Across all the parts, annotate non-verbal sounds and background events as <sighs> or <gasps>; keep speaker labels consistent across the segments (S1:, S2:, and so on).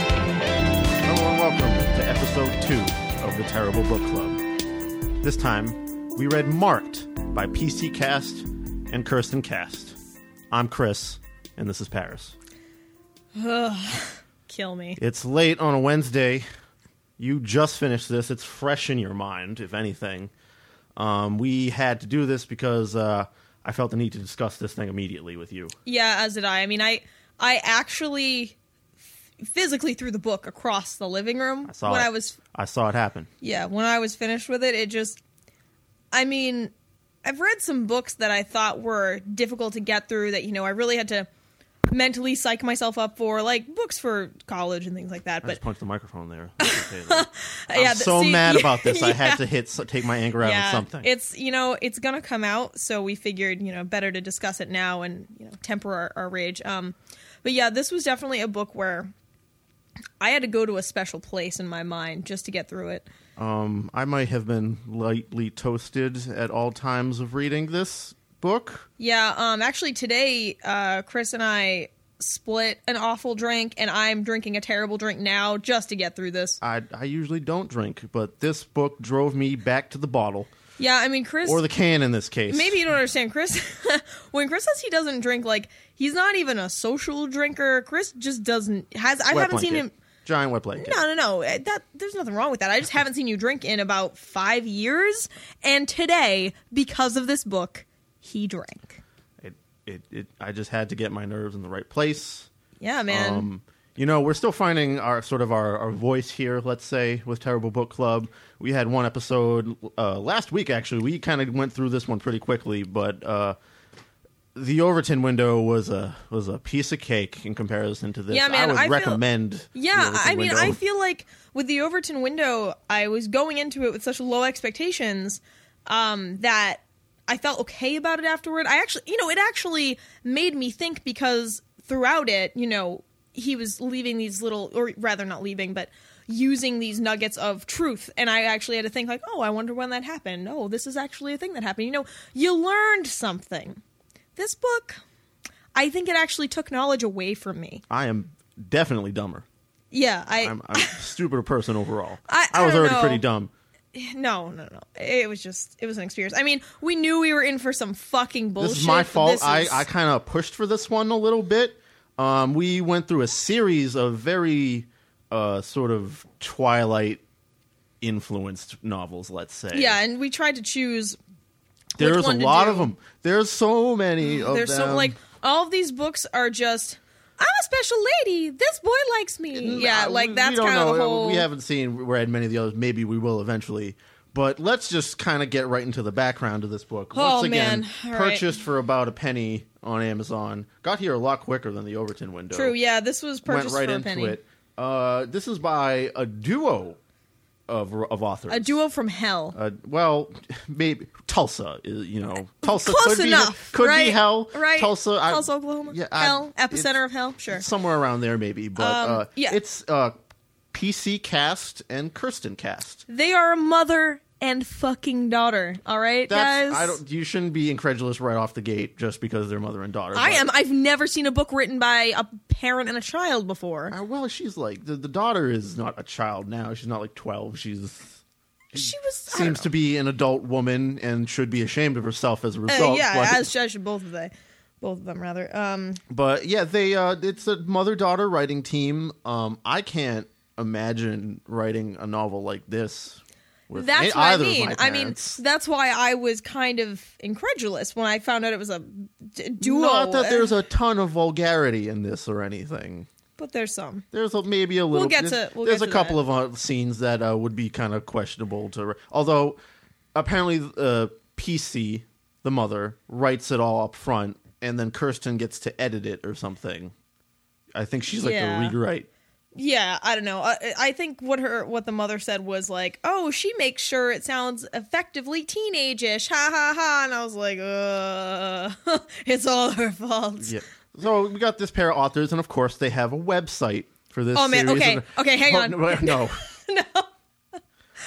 S1: Hello and welcome to episode two of the Terrible Book Club. This time, we read Marked by PC Cast and Kirsten Cast. I'm Chris, and this is Paris.
S2: Kill me.
S1: It's late on a Wednesday. You just finished this. It's fresh in your mind, if anything. Um, we had to do this because uh, I felt the need to discuss this thing immediately with you.
S2: Yeah, as did I. I mean, I I actually physically threw the book across the living room
S1: I saw
S2: when
S1: it.
S2: I was
S1: I saw it happen.
S2: yeah when I was finished with it. It just, I mean, I've read some books that I thought were difficult to get through that you know I really had to mentally psych myself up for, like books for college and things like that.
S1: I just
S2: But
S1: punched the
S2: <laughs>
S1: microphone there. I'm
S2: yeah, th-
S1: so
S2: see, <laughs>
S1: mad
S2: yeah,
S1: about this. I
S2: yeah.
S1: had to hit take my anger out on something.
S2: It's you know it's gonna come out, so we figured you know better to discuss it now and you know temper our, our rage. Um, but yeah, this was definitely a book where I had to go to a special place in my mind just to get through it.
S1: Um, I might have been lightly toasted at all times of reading this book.
S2: Yeah, um, actually today, uh, Chris and I split an awful drink, and I'm drinking a terrible drink now just to get through this.
S1: I, I usually don't drink, but this book drove me back to the bottle
S2: Yeah, I mean, Chris.
S1: or the can in this case.
S2: Maybe you don't understand, Chris. <laughs> when Chris says he doesn't drink, like he's not even a social drinker. Chris just doesn't has. I
S1: Wet
S2: haven't seen him.
S1: blanket. Giant wet blanket.
S2: No, no, no. eh, That there's nothing wrong with that. I just haven't seen you drink in about five years, and today because of this book, he drank.
S1: It, it, it, I just had to get my nerves in the right place.
S2: Yeah, man.
S1: Um, you know, we're still finding our sort of our, our voice here, let's say, with Terrible Book Club. We had one episode uh, last week, actually. We kind of went through this one pretty quickly, but uh, the Overton window was a was a piece of cake in comparison to this.
S2: Yeah, man,
S1: I would
S2: I feel-
S1: recommend. The
S2: yeah,
S1: Overton
S2: I mean,
S1: Window.
S2: I feel like with the Overton window, I was going into it with such low expectations um, that I felt okay about it afterward. I actually, you know, it actually made me think because throughout it, you know, he was leaving these little, or rather, not leaving, but using these nuggets of truth. And I actually had to think, like, oh, I wonder when that happened. Oh, this is actually a thing that happened. You know, you learned something. This book, I think it actually took knowledge away from me.
S1: I am definitely dumber.
S2: Yeah, I
S1: I'm, I'm a stupider person overall.
S2: <laughs> I- I
S1: was
S2: don't
S1: already
S2: know.
S1: pretty dumb.
S2: No, no, no. It was just it was an experience. I mean, we knew we were in for some fucking bullshit.
S1: This is my fault.
S2: This
S1: I,
S2: is-
S1: I kind of pushed for this one a little bit. Um, we went through a series of very uh, sort of Twilight influenced novels, let's say.
S2: yeah, and we tried to choose.
S1: There's
S2: which
S1: a
S2: one to
S1: lot
S2: do.
S1: of them. There's so many of
S2: There's
S1: them.
S2: so like all of these books are just. I'm a special lady. This boy likes me. Yeah,
S1: Uh,
S2: like
S1: we- we
S2: that's
S1: don't
S2: kind of the
S1: know.
S2: whole.
S1: We haven't seen read many of the others. Maybe we will eventually. But let's just kind of get right into the background of this book.
S2: Oh,
S1: Once again,
S2: man. All right.
S1: purchased for about a penny on Amazon. Got here a lot quicker than the Overton window.
S2: True. Yeah, this was purchased
S1: went right
S2: for a
S1: into
S2: penny.
S1: it. Uh, this is by a duo of of authors.
S2: A duo from hell.
S1: Uh, well, maybe Tulsa. uh, You know, Tulsa
S2: Close
S1: could
S2: enough.
S1: be could
S2: right?
S1: be hell.
S2: Right.
S1: Tulsa, I-
S2: Tulsa, Oklahoma.
S1: Yeah, I-
S2: hell.
S1: it's-
S2: epicenter of hell. Sure.
S1: somewhere around there, maybe. But
S2: Um,
S1: uh,
S2: yeah.
S1: it's uh, PC Cast and Kirsten Cast.
S2: They are a mother and fucking daughter. All right,
S1: That's
S2: guys.
S1: I don't. You shouldn't be incredulous right off the gate just because they're mother and daughter.
S2: I
S1: but-
S2: am. I've never seen a book written by a parent and a child before.
S1: Uh, well, she's like the, the daughter is not a child now. She's not like twelve. She's
S2: She was. I don't
S1: seems to be an adult woman and should be ashamed of herself as a
S2: know. Uh,
S1: result.
S2: yeah,
S1: but,
S2: as judged both of they, both of them rather. Um,
S1: but yeah, they uh, it's a mother daughter writing team. Um, I can't imagine writing a novel like this with
S2: That's
S1: any-
S2: what I
S1: either of
S2: mean.
S1: my
S2: I mean,
S1: parents.
S2: that's why I was kind of incredulous when I found out it was a d- duo.
S1: Not that there's a ton of vulgarity in this or anything.
S2: but there's some.
S1: There's a, maybe a little.
S2: get to-
S1: there's,
S2: we'll
S1: there's
S2: get to
S1: a couple of uh, scenes that uh, would be kind of questionable to. Although, apparently, uh, PC the mother writes it all up front, and then Kirsten gets to edit it or something. I think she's like
S2: Yeah.
S1: the rewrite.
S2: Yeah, I don't know. I, I think what her what the mother said was like, "Oh, she makes sure it sounds effectively teenage-ish." Ha ha ha. And I was like, "Uh, <laughs> it's all her fault."
S1: Yeah. So we got this pair of authors, and of course they have a website for this.
S2: Oh, man,
S1: series.
S2: okay, okay, hang
S1: Oh,
S2: on.
S1: No,
S2: <laughs>
S1: no.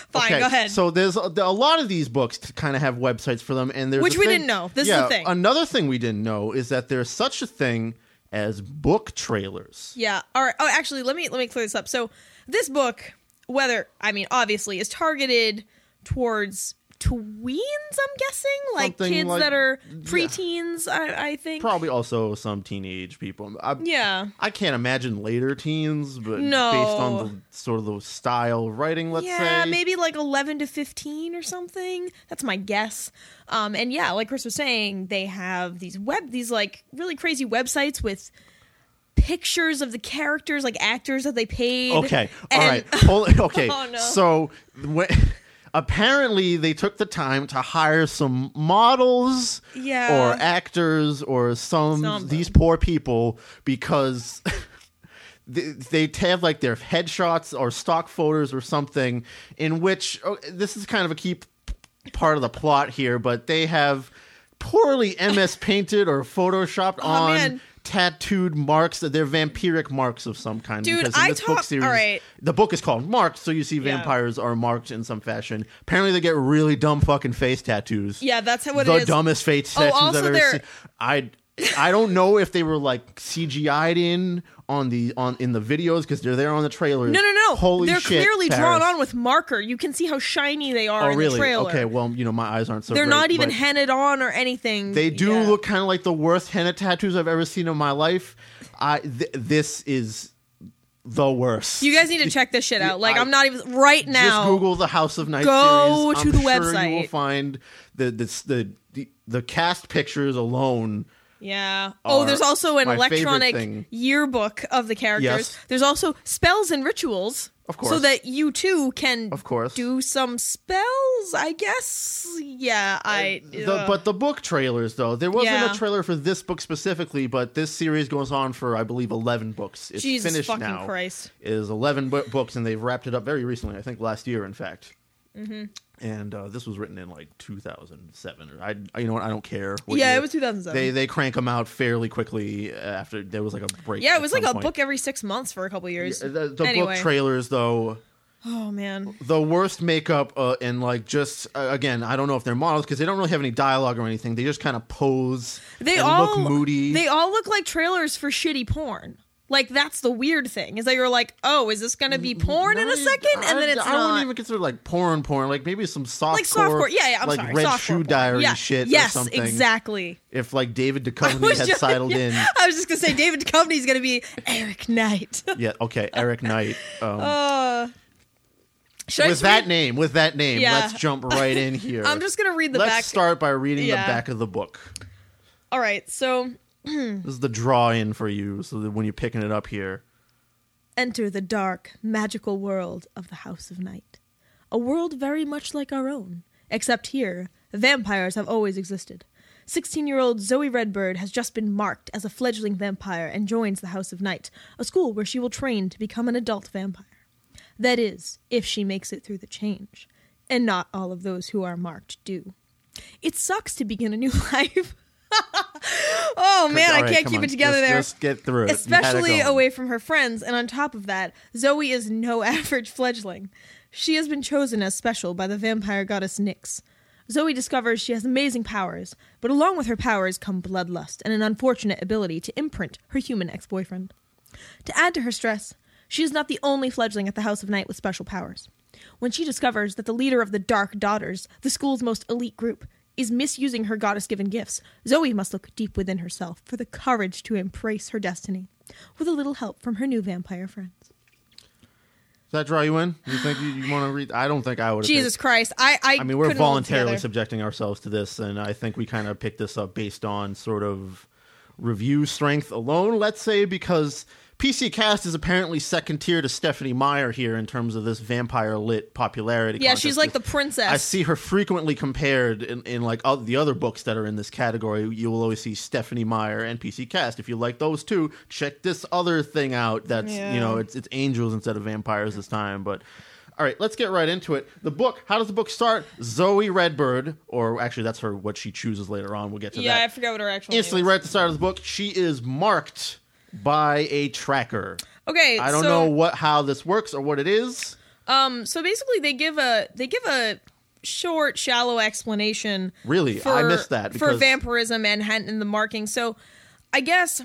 S2: Fine,
S1: okay.
S2: go ahead.
S1: So there's a, a lot of these books kind of have websites for them, and there's
S2: Which
S1: a
S2: we
S1: thing-
S2: didn't know. This is
S1: yeah,
S2: the thing.
S1: Another thing we didn't know is that there's such a thing as book trailers.
S2: Yeah. All right. Oh, actually, let me let me clear this up. So, this book, whether I mean, obviously, is targeted towards tweens. I'm guessing, like
S1: Something
S2: kids
S1: like-
S2: that are
S1: yeah.
S2: preteens. I, I think.
S1: Probably also some teenage people. I,
S2: Yeah.
S1: I can't imagine later teens, but
S2: No.
S1: based on the sort of the style of writing, let's
S2: yeah,
S1: say.
S2: maybe like 11 to 15 or something. That's my guess. Um, and yeah, like Chris was saying, they have these web, these like really crazy websites with pictures of the characters, like actors that they paid.
S1: Okay. all
S2: And-
S1: right. Hold- okay.
S2: Oh, no.
S1: So when, apparently they took the time to hire some models
S2: Yeah.
S1: or actors or some
S2: Something.
S1: these poor people because <laughs> they, they have like their headshots or stock photos or something in which oh, this is kind of a key p- part of the plot here, but they have poorly MS painted or photoshopped on
S2: Oh, man.
S1: tattooed marks. They're vampiric marks of some kind.
S2: Dude,
S1: because in
S2: I
S1: this book
S2: talk-
S1: series,
S2: all right.
S1: the book is called Marked, so you see
S2: Yeah.
S1: vampires are marked in some fashion. Apparently, they get really dumb fucking face
S2: <laughs>
S1: tattoos.
S2: Yeah, that's what
S1: the
S2: it is.
S1: dumbest face
S2: Oh,
S1: tattoos
S2: also
S1: I've ever
S2: they're-
S1: seen. I I don't know if they were like CGI'd in on the on in the videos because they're there on the trailers.
S2: No, no, no.
S1: Holy
S2: They're
S1: shit,
S2: clearly drawn
S1: Paris.
S2: on with marker. You can see how shiny they are
S1: Oh,
S2: in
S1: really?
S2: the trailer.
S1: Okay, well, you know, my eyes aren't so.
S2: They're
S1: great,
S2: not even
S1: but-
S2: hennaed on or anything.
S1: They do
S2: Yeah.
S1: look kind of like the worst henna tattoos I've ever seen in my life. I th- this is the worst.
S2: You guys need to check this shit out. Like,
S1: I-
S2: I'm not even right now.
S1: just Google the House of Night
S2: Go to
S1: series. I'm
S2: the
S1: sure You will
S2: website.
S1: find the the the, the, the cast pictures alone.
S2: Yeah. Oh,
S1: are
S2: there's also an
S1: my favorite
S2: electronic
S1: thing.
S2: yearbook of the characters.
S1: Yes.
S2: There's also spells and rituals.
S1: Of course.
S2: So that you too can
S1: Of course.
S2: do some spells, I guess. Yeah, I
S1: Uh,
S2: uh,
S1: The, but the book trailers, though, there wasn't
S2: Yeah.
S1: a trailer for this book specifically, but this series goes on for, I believe, eleven books. It's
S2: Jesus
S1: finished
S2: fucking
S1: now.
S2: Christ.
S1: It is eleven bu- books, and they've wrapped it up very recently. I think last year, in fact.
S2: Mm-hmm.
S1: And uh, this was written in like 2007. I, I- you know what? I don't care. what
S2: Yeah,
S1: year.
S2: it was 2007.
S1: They they crank them out fairly quickly after there was like a break.
S2: yeah,
S1: at
S2: it was like
S1: some
S2: a
S1: point.
S2: book every 6 months for a couple
S1: Yeah,
S2: years.
S1: the the
S2: anyway.
S1: book trailers though
S2: Oh man.
S1: the worst makeup uh, and like just uh, again i don't know if they're models because they don't really have any dialogue or anything they just kind of pose
S2: They
S1: and
S2: all
S1: look moody
S2: They all look like trailers for shitty porn. Like that's the weird thing is that you're like, oh, is this gonna be porn in a second? And
S1: I,
S2: then it's
S1: I
S2: not.
S1: wouldn't even consider like porn porn like maybe some soft
S2: like softcore, yeah, yeah, I'm
S1: like
S2: sorry,
S1: red
S2: softcore
S1: shoe
S2: porn.
S1: diary
S2: yeah.
S1: shit
S2: Yes,
S1: or something <laughs>
S2: exactly.
S1: if like david
S2: <laughs> I
S1: Duchovny
S2: was
S1: had
S2: just-
S1: sidled
S2: <laughs>
S1: in
S2: I was just gonna say David Duchovny's gonna be Eric Knight. <laughs>
S1: yeah okay eric knight um,
S2: Uh, should I
S1: with
S2: just
S1: that
S2: read-
S1: name with that name
S2: Yeah.
S1: let's jump right in
S2: <laughs>
S1: here
S2: I'm just gonna read the
S1: let's
S2: back.
S1: start by reading
S2: Yeah.
S1: the back of the book
S2: All right, so
S1: This is the draw in for you, so that when you're picking it up here,
S2: enter the dark, magical world of the House of Night, a world very much like our own, except here vampires have always existed. Sixteen-year-old Zoe Redbird has just been marked as a fledgling vampire and joins the House of Night, a school where she will train to become an adult vampire. That is, if she makes it through the change. And not all of those who are marked do. It sucks to begin a new <laughs> life. oh man,
S1: All
S2: I
S1: right,
S2: can't
S1: come
S2: keep
S1: on,
S2: it together
S1: just-
S2: there.
S1: Just get through it. You had it
S2: Especially
S1: going.
S2: away from her friends, and on top of that, Zoe is no <laughs> average fledgling. She has been chosen as special by the vampire goddess Nyx. Zoe discovers she has amazing powers, but along with her powers come bloodlust and an unfortunate ability to imprint her human ex boyfriend. To add to her stress, she is not the only fledgling at the House of Night with special powers. When she discovers that the leader of the Dark Daughters, the school's most elite group, is misusing her goddess given gifts, Zoe must look deep within herself for the courage to embrace her destiny, with a little help from her new vampire friends.
S1: that draw you in? You think you, you want to read? I don't think I would.
S2: Jesus Christ. I I,
S1: I mean, we're
S2: couldn't hold it
S1: voluntarily
S2: together.
S1: subjecting ourselves to this, and I think we kind of picked this up based on sort of review strength alone, let's say, because PC Cast is apparently second tier to Stephanie Meyer here in terms of this vampire lit popularity.
S2: Yeah,
S1: contest.
S2: she's like the princess.
S1: I see her frequently compared in, in like all the other books that are in this category. You will always see Stephanie Meyer and PC Cast. If you like those two, check this other thing out. That's
S2: Yeah.
S1: you know it's it's angels instead of vampires this time. But all right, let's get right into it. The book. How does the book start? Zoe Redbird, or actually that's her what she chooses later on. We'll get to
S2: Yeah, I
S1: that.
S2: forgot what her actual
S1: Instantly,
S2: name
S1: right at the start of the book, she is marked by a tracker.
S2: is. Okay,
S1: I don't
S2: so,
S1: know what how this works or what it is.
S2: Um, so basically, they give a they give a short, shallow explanation.
S1: Really? I
S2: for,
S1: missed that
S2: for
S1: because-
S2: vampirism and hen- and the marking. So, I guess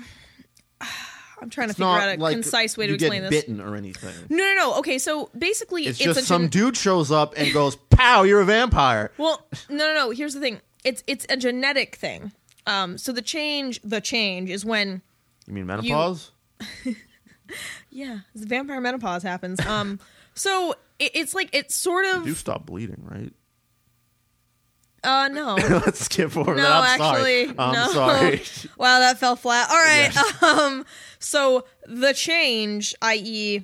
S2: <sighs> I'm trying to
S1: It's
S2: figure
S1: not
S2: out a
S1: like
S2: concise way to
S1: you
S2: explain
S1: get
S2: this.
S1: bitten or anything.
S2: No, no, no. Okay, so basically,
S1: It's,
S2: it's,
S1: just
S2: a
S1: some
S2: gen-
S1: dude shows up and goes, "Pow, you're a vampire."
S2: Well, no, no, no. Here's the thing. It's it's a genetic thing. Um, so the change the change is when
S1: You mean menopause?
S2: yeah, the vampire menopause happens.
S1: <laughs>
S2: Um, so it, it's like it's sort
S1: You,
S2: of
S1: do stop bleeding, right? <laughs>
S2: uh no.
S1: Let's skip over
S2: No,
S1: that. I'm
S2: actually,
S1: sorry. I'm
S2: no.
S1: <laughs> sorry.
S2: <laughs> wow, that fell flat. All right. <laughs> Um, so the change, i.e.,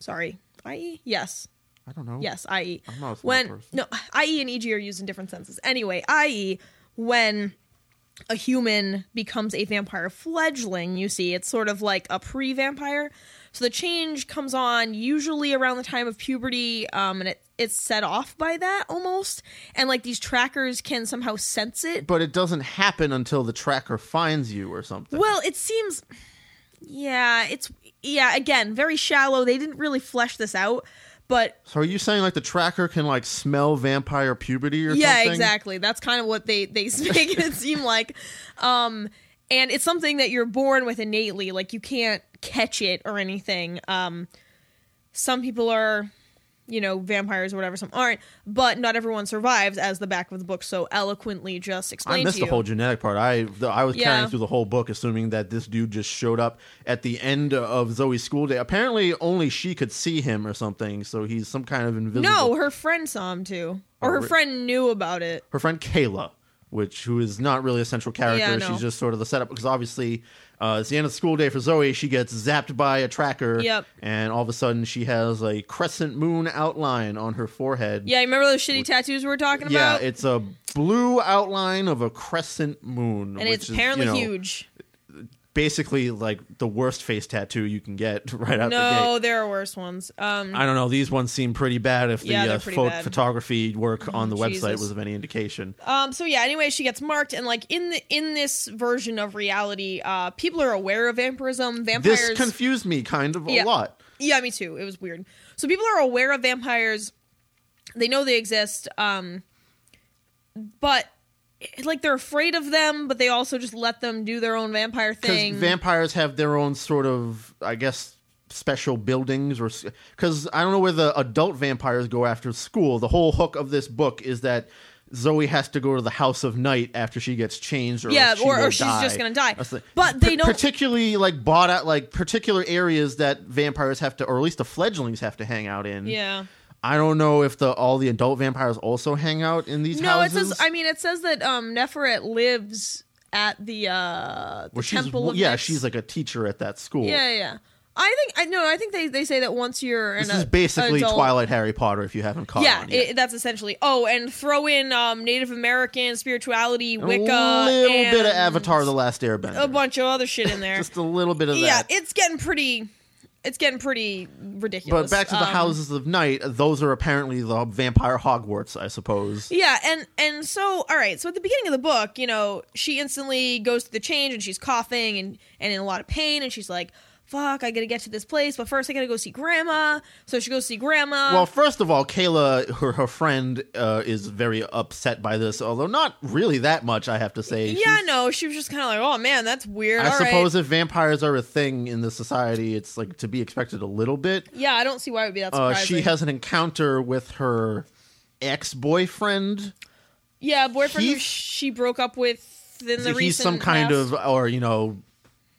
S2: sorry, i.e., yes,
S1: I don't know.
S2: Yes, i.e.
S1: I'm not a smart
S2: when
S1: person.
S2: no, i.e. and eg are used in different senses. Anyway, i.e. when a human becomes a vampire fledgling, you see, it's sort of like a pre-vampire. So the change comes on usually around the time of puberty, um, and it, it's set off by that almost. And like these trackers can somehow sense it.
S1: But it doesn't happen until the tracker finds you or something.
S2: <laughs> Well, it seems. Yeah, it's yeah. Again, very shallow. They didn't really flesh this out, but
S1: So are you saying like the tracker can like smell vampire puberty or
S2: yeah
S1: something?
S2: exactly that's kind of what they <laughs> they make it seem like um and it's something that you're born with innately like you can't catch it or anything um some people are you know vampires or whatever some aren't but not everyone survives as the back of the book so eloquently just
S1: I
S2: explained
S1: missed
S2: to you
S1: the whole genetic part. I the, I was
S2: Yeah.
S1: carrying through the whole book, assuming that this dude just showed up at the end of Zoe's school day. Apparently, only she could see him or something, so he's some kind of invisible.
S2: no her friend saw him too or
S1: Oh,
S2: her
S1: re-
S2: friend knew about it
S1: her friend Kayla, which who is not really a central character.
S2: Yeah, no.
S1: She's just sort of the setup because obviously uh, it's the end of the school day for Zoe. She gets zapped by a tracker,
S2: Yep.
S1: and all of a sudden she has a crescent moon outline on her forehead.
S2: yeah you remember those shitty tattoos we were talking
S1: Yeah,
S2: about
S1: it's a blue outline of a crescent moon,
S2: and
S1: which
S2: it's
S1: is, you
S2: apparently
S1: know,
S2: huge
S1: Basically, like the worst face tattoo you can get <laughs> right out the
S2: no
S1: gate.
S2: there are worse ones um
S1: I don't know. These ones seem pretty bad. If the
S2: Yeah, they're
S1: uh,
S2: pretty
S1: pho-
S2: bad. Mm,
S1: photography work on the website
S2: Jesus.
S1: was of any indication,
S2: Um, so yeah, anyway, she gets marked, and like in the in this version of reality, uh, people are aware of vampirism. Vampires,
S1: this confused me kind of a
S2: Yeah.
S1: lot.
S2: yeah, me too. It was weird. So people are aware of vampires; they know they exist, um, but like they're afraid of them, but they also just let them do their own vampire thing.
S1: because vampires have their own sort of i guess special buildings or because i don't know where the adult vampires go after school the whole hook of this book is that zoe has to go to the house of night after she gets changed or
S2: Yeah,
S1: else she
S2: or- or
S1: will
S2: she's just
S1: die.
S2: gonna die.
S1: That's the-
S2: But they don't-
S1: particularly like bought out like particular areas that vampires have to or at least the fledglings have to hang out in
S2: yeah.
S1: i don't know if the all the adult vampires also hang out in these
S2: No, it
S1: houses
S2: says. I mean, it says that um, Neferet lives at the uh, the
S1: Well, she's-
S2: temple. of
S1: yeah
S2: Nyx.
S1: she's like a teacher at that school
S2: Yeah, yeah, yeah. I think I know. I think they, they say that once you're an
S1: This is
S2: a-
S1: basically
S2: adult-
S1: Twilight Harry Potter if you haven't caught
S2: Yeah,
S1: on yet.
S2: it, that's essentially. Oh, and throw in um, Native American spirituality,
S1: a
S2: Wicca,
S1: little bit of
S2: and
S1: Avatar: The Last Airbender,
S2: a bunch of other
S1: <laughs>
S2: shit in there.
S1: just a little bit of
S2: yeah,
S1: that.
S2: it's getting pretty. It's getting pretty
S1: But
S2: ridiculous.
S1: back to the
S2: Um,
S1: Houses of Night; those are apparently the vampire Hogwarts, I suppose.
S2: Yeah, and and so all right. So at the beginning of the book, you know, she instantly goes to the change, and she's coughing and and in a lot of pain, and she's like. Fuck! I gotta get to this place, but first I gotta go see grandma. So she goes see grandma.
S1: Well, first of all, Kayla, her, her friend, uh, is very upset by this, although not really that much, I have to say.
S2: Yeah,
S1: She's-
S2: no, she was just kind of like, oh man, that's weird.
S1: I
S2: All right.
S1: suppose if vampires are a thing in the society, it's like to be expected a little bit.
S2: Yeah, I don't see why it would be that
S1: Uh,
S2: surprising.
S1: she has an encounter with her ex boyfriend.
S2: yeah, a boyfriend who
S1: Heath-
S2: she broke up with in the
S1: he's
S2: recent.
S1: some kind
S2: past.
S1: of or you know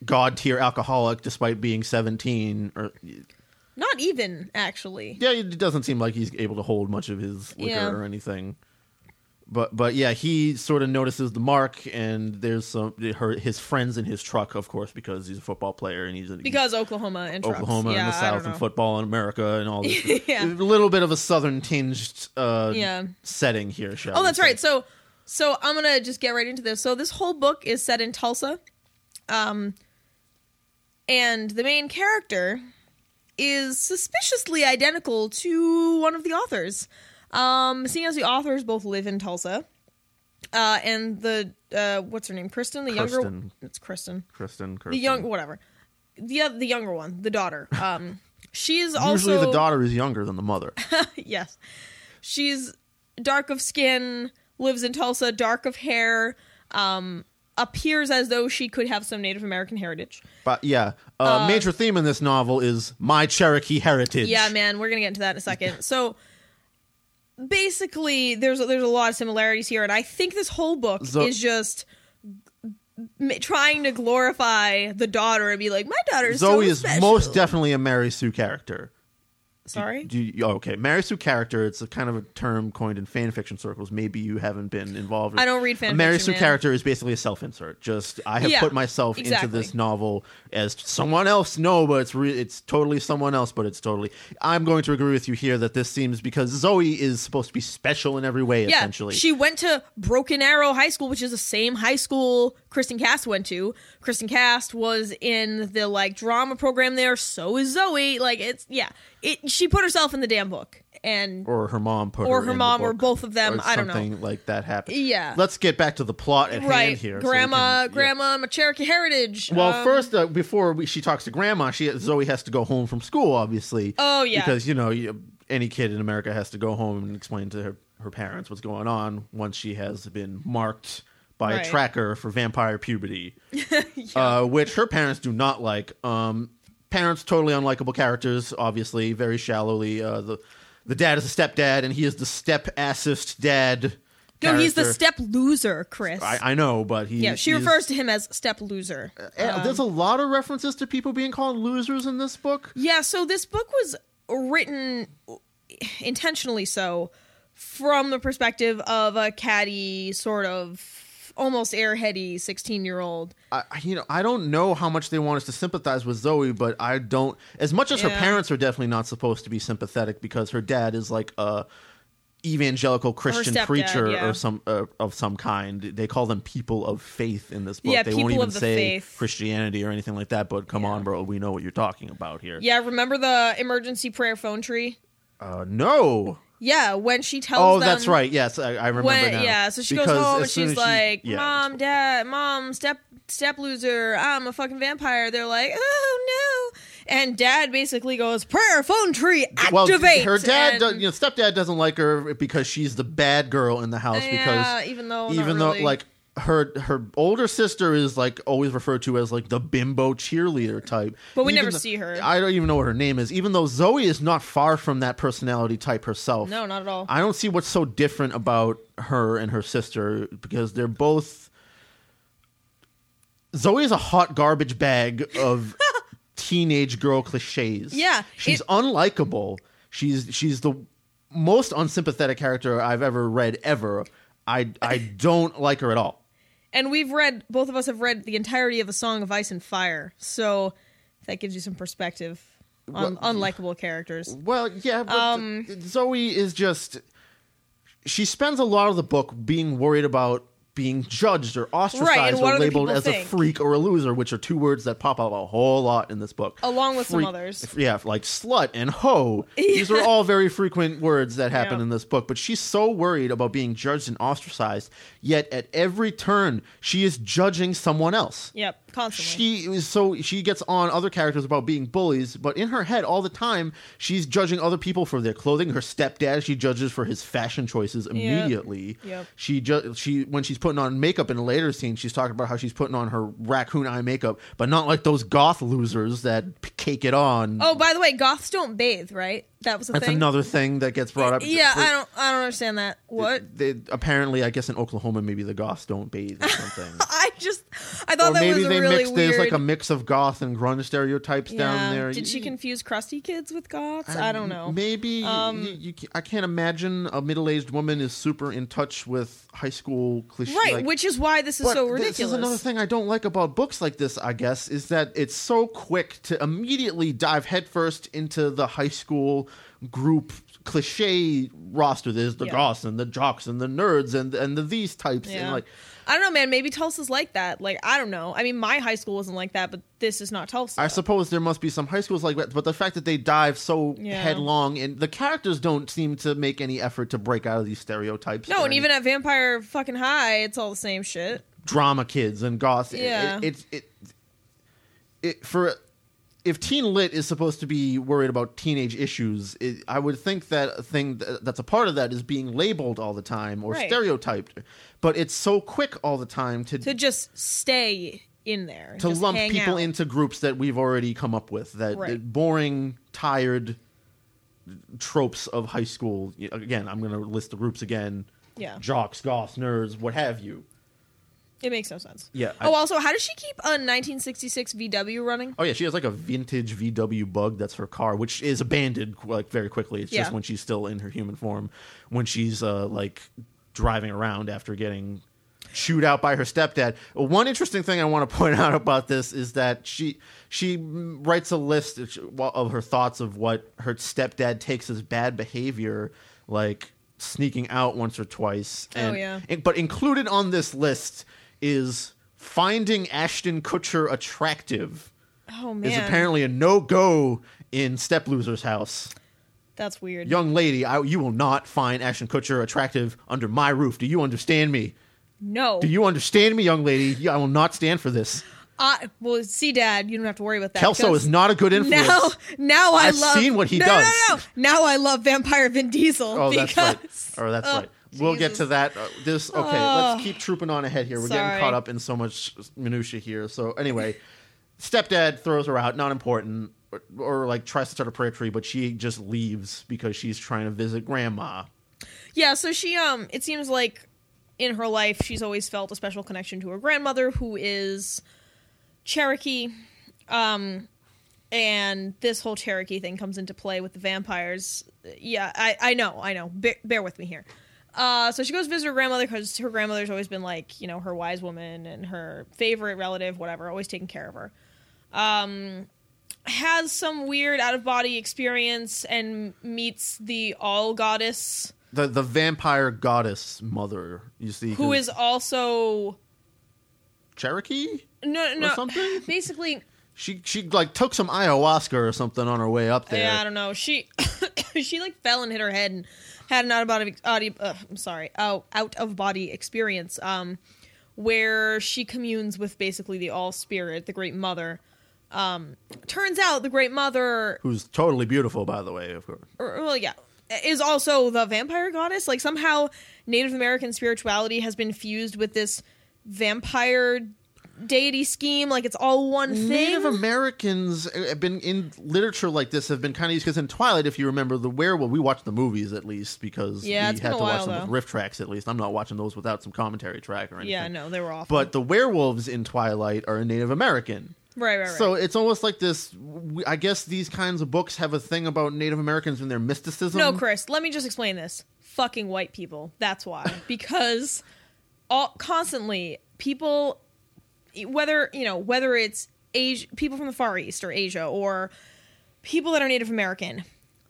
S1: god tier alcoholic despite being 17 or
S2: Not even actually.
S1: Yeah, it doesn't seem like he's able to hold much of his liquor
S2: Yeah.
S1: or anything. But but yeah, he sort of notices the mark, and there's some her, his friends in his truck, of course, because he's a football player and he's a,
S2: Because Oklahoma and trucks.
S1: Oklahoma
S2: yeah,
S1: and the
S2: I don't
S1: South and
S2: know.
S1: football in America and
S2: <laughs>
S1: all this.
S2: Yeah.
S1: A little bit of a southern tinged uh,
S2: Yeah.
S1: setting here, shall
S2: Oh,
S1: we
S2: that's
S1: say.
S2: right. So, so I'm gonna just get right into this. So this whole book is set in Tulsa, um, and the main character is suspiciously identical to one of the authors. Um, seeing as the authors both live in Tulsa, uh, and the uh, what's her name, Kristen, the younger,
S1: Kristen.
S2: it's Kristen,
S1: Kristen Kirsten.
S2: the young, whatever, the oth- the younger one, the daughter. Um, she is also
S1: Usually the daughter is younger than the mother.
S2: <laughs> yes. She's dark of skin, lives in Tulsa, dark of hair, um, appears as though she could have some Native American heritage.
S1: But yeah, uh, major theme in this novel is my Cherokee heritage.
S2: Yeah, man, we're gonna get into that in a second. So basically, there's there's a lot of similarities here, and I think this whole book
S1: So-
S2: is just m- trying to glorify the daughter and be like, my daughter's
S1: Zoe
S2: so
S1: is
S2: special."
S1: most definitely a Mary Sue character.
S2: sorry.
S1: Do you, oh, okay, Mary Sue character. It's a kind of a term coined in fan fiction circles. Maybe you haven't been involved. With.
S2: I don't read fan
S1: A Mary
S2: fiction,
S1: Sue
S2: man.
S1: character is basically a self-insert. Just I have
S2: Yeah,
S1: put myself into
S2: exactly.
S1: this novel as someone else. No, but it's re- it's totally someone else. But it's totally. I'm going to agree with you here that this seems because Zoe is supposed to be special in every way.
S2: Yeah,
S1: essentially,
S2: she went to Broken Arrow High School, which is the same high school Kristen Cast went to. Kristen Cast was in the like drama program there. So is Zoe. Like it's yeah, it. She put herself in the damn book, and
S1: or her mom put
S2: Or
S1: her
S2: her
S1: in the
S2: mom, or
S1: book,
S2: both of them,
S1: or
S2: I don't know.
S1: something like that happened.
S2: Yeah.
S1: let's get back to the plot at hand
S2: right,
S1: here. so we
S2: Grandma,
S1: can- yeah.
S2: Grandma, my Cherokee heritage.
S1: Well,
S2: um,
S1: first, uh, before we, she talks to Grandma, she Zoe has to go home from school, obviously.
S2: Oh, yeah.
S1: because you know you, any kid in America has to go home and explain to her, her parents what's going on once she has been marked by
S2: Right.
S1: a tracker for vampire puberty,
S2: <laughs> Yeah.
S1: uh, which her parents do not like. Um, parents totally unlikable characters, obviously, very shallowly. Uh, the the dad is a stepdad, and he is the step assist dad.
S2: no, he's the
S1: character.
S2: step loser, Chris.
S1: I, I know, but he
S2: yeah, she
S1: he's-
S2: refers to him as step loser.
S1: Uh, there's a lot of references to people being called losers in this book.
S2: Yeah, so this book was written intentionally so from the perspective of a catty, sort of almost airheady 16 year old.
S1: I, I- you know, I don't know how much they want us to sympathize with Zoe, but I don't. As much as her
S2: Yeah.
S1: parents are definitely not supposed to be sympathetic because her dad is like a evangelical Christian
S2: stepdad,
S1: preacher
S2: yeah.
S1: or some uh, of some kind. They call them people of faith in this book.
S2: Yeah,
S1: they won't
S2: people
S1: even
S2: of the
S1: say
S2: faith.
S1: Christianity or anything like that. But come on, bro, we know what you're talking about here.
S2: Yeah, remember the emergency prayer phone tree?
S1: Uh, no.
S2: Yeah, when she tells
S1: Oh,
S2: them-
S1: that's right. Yes, I, I remember
S2: When,
S1: now.
S2: yeah, so she
S1: Because
S2: goes home
S1: as
S2: and
S1: soon
S2: she's
S1: as she-
S2: like,
S1: yeah,
S2: "Mom, Dad, Mom, step step loser. I'm a fucking vampire." They're like, "Oh no!" And Dad basically goes, "Prayer phone tree
S1: well,
S2: activate."
S1: her dad,
S2: and-
S1: does, you know, stepdad doesn't like her because she's the bad girl in the house.
S2: yeah,
S1: because
S2: even though, not
S1: even though,
S2: really.
S1: like her her older sister is like always referred to as like the bimbo cheerleader type.
S2: But we
S1: Even
S2: never
S1: though-
S2: see her.
S1: I don't even know what her name is. Even though Zoe is not far from that personality type herself.
S2: No, not at all.
S1: I don't see what's so different about her and her sister because they're both. Zoe is a hot garbage bag
S2: <laughs>
S1: of teenage girl cliches.
S2: Yeah,
S1: she's
S2: it-
S1: unlikable. She's she's the most unsympathetic character I've ever read ever. I
S2: <laughs>
S1: I don't like her at all.
S2: and we've read both of us have read the entirety of A Song of Ice and Fire, so that gives you some perspective on unlikable characters.
S1: Well, yeah, but
S2: Um,
S1: th- Zoe is just she spends a lot of the book being worried about being judged or ostracized
S2: what
S1: or
S2: other
S1: labeled
S2: people
S1: as
S2: think.
S1: a freak or a loser, which are two words that pop up a whole lot in this book.
S2: Along with some
S1: Freak-
S2: others.
S1: f- Yeah, like slut
S2: <laughs>
S1: and hoe. These are all very frequent words that happen
S2: Yeah.
S1: in this book, but she's so worried about being judged and ostracized, yet at every turn she is judging someone else.
S2: Yep, constantly.
S1: She is so she gets on other characters about being bullies, but in her head all the time she's judging other people for their clothing. Her stepdad she judges for his fashion choices immediately.
S2: Yep.
S1: She ju- she when she's putting on makeup in a later scene, she's talking about how she's putting on her raccoon eye makeup, but not like those goth losers that p- cake it on.
S2: oh, by the way, goths don't bathe, right? That was a
S1: That's
S2: thing.
S1: another thing that gets brought up.
S2: yeah, I don't. I don't understand that. What? <laughs>
S1: They, apparently, I guess in Oklahoma, maybe the Goths don't bathe or something.
S2: <laughs> I just. I thought
S1: or
S2: that
S1: maybe
S2: was a
S1: they
S2: really
S1: mix.
S2: weird.
S1: There's like a mix of Goth and grunge stereotypes down there.
S2: Did she
S1: You-
S2: confuse crusty kids with goths? I don't know.
S1: Maybe
S2: Um,
S1: you, you, ca- I can't imagine a middle-aged woman is super in touch with high school cliche.
S2: Right,
S1: like-
S2: which is why this is
S1: But
S2: so
S1: This is
S2: ridiculous.
S1: another thing I don't like about books like this. I guess is that it's so quick to immediately dive headfirst into the high school group cliche roster. There's the
S2: Yeah.
S1: goss and the jocks and the nerds and and the these types
S2: Yeah.
S1: and like
S2: I don't know, man. Maybe Tulsa's like that. Like I don't know. I mean, my high school wasn't like that, but this is not Tulsa.
S1: I suppose there must be some high schools like that, but the fact that they dive so
S2: Yeah.
S1: headlong and the characters don't seem to make any effort to break out of these stereotypes.
S2: no, and
S1: or any
S2: even at Vampire fucking High, it's all the same shit.
S1: drama kids and goth. it-
S2: Yeah.
S1: It, it, it, it- for if teen lit is supposed to be worried about teenage issues, it, I would think that a thing th- that's a part of that is being labeled all the time or
S2: Right.
S1: stereotyped. But it's so quick all the time to
S2: To just stay in there.
S1: to
S2: just
S1: lump
S2: hang
S1: people
S2: out.
S1: into groups that we've already come up with that,
S2: Right.
S1: that boring tired tropes of high school Y- again i'm going to list the groups again
S2: Yeah,
S1: jocks goths nerds what have you
S2: it makes no sense.
S1: Yeah, I-
S2: oh, also, how does she keep a 1966 VW running?
S1: oh yeah she has like a vintage vw bug that's her car which is abandoned qu- like very quickly it's
S2: Yeah.
S1: just when she's still in her human form when she's uh, like driving around after getting chewed out by her stepdad one interesting thing i want to point <laughs> out about this is that she she writes a list of- of her thoughts of what her stepdad takes as bad behavior like sneaking out once or twice
S2: Oh,
S1: and,
S2: yeah.
S1: and- but included on this list is finding ashton kutcher attractive
S2: Oh man,
S1: is apparently a no go in Step Loser's house.
S2: that's weird.
S1: Young lady, I, you will not find Ashton Kutcher attractive under my roof. Do you understand me?
S2: no,
S1: Do you understand me, young lady? Yeah, I will not stand for this.
S2: I, well, see, Dad, you don't have to worry about that.
S1: Kelso
S2: because
S1: is not a good influence.
S2: Now, now I
S1: I've
S2: love.
S1: seen what he
S2: no,
S1: does.
S2: No, no, no. Now I love Vampire Vin Diesel.
S1: oh,
S2: because,
S1: that's right. Oh, that's
S2: Oh,
S1: right. We'll get
S2: Jesus.
S1: to that. Uh, this okay.
S2: Oh.
S1: let's keep trooping on ahead here. We're
S2: Sorry.
S1: getting caught up in so much minutia here. So anyway, stepdad throws her out. Not important. Or, or like tries to start a prayer tree, but she just leaves because she's trying to visit grandma.
S2: Yeah, so she um it seems like in her life she's always felt a special connection to her grandmother who is Cherokee. Um and this whole Cherokee thing comes into play with the vampires. Yeah, I I know, I know. Bear, bear with me here. Uh, so she goes visit her grandmother because her grandmother's always been like, you know, her wise woman and her favorite relative, whatever, always taking care of her. Um, has some weird out of body experience and meets the all goddess
S1: the the vampire goddess mother. You see,
S2: who is also
S1: Cherokee?
S2: no no
S1: something?
S2: <laughs> basically
S1: She she like took some ayahuasca or something on her way up there.
S2: yeah I don't know she <coughs> she like fell and hit her head and had an out of body body- uh, I'm sorry oh out of body experience um where she communes with basically the all spirit the great mother um turns out the great mother
S1: Who's totally beautiful, by the way. Of course,
S2: or, well yeah is also the vampire goddess like somehow Native American spirituality has been fused with this vampire deity scheme like it's all one thing
S1: Native Americans uh, have been in literature like this have been kind of used because in Twilight, if you remember, the werewolf. We watched the movies at least because
S2: Yeah,
S1: we
S2: it's been
S1: had
S2: a
S1: to watch
S2: while,
S1: them
S2: though.
S1: with riff tracks. At least I'm not watching those without some commentary track or anything.
S2: Yeah, no, they were awful.
S1: But the werewolves in Twilight are Native American.
S2: right, right, right.
S1: So it's almost like this. w- I guess these kinds of books have a thing about Native Americans and their mysticism.
S2: no, Chris, let me just explain this. Fucking white people. That's
S1: <laughs>
S2: why. Because all constantly people whether, you know, whether it's Asia, people from the Far East or Asia or people that are Native American,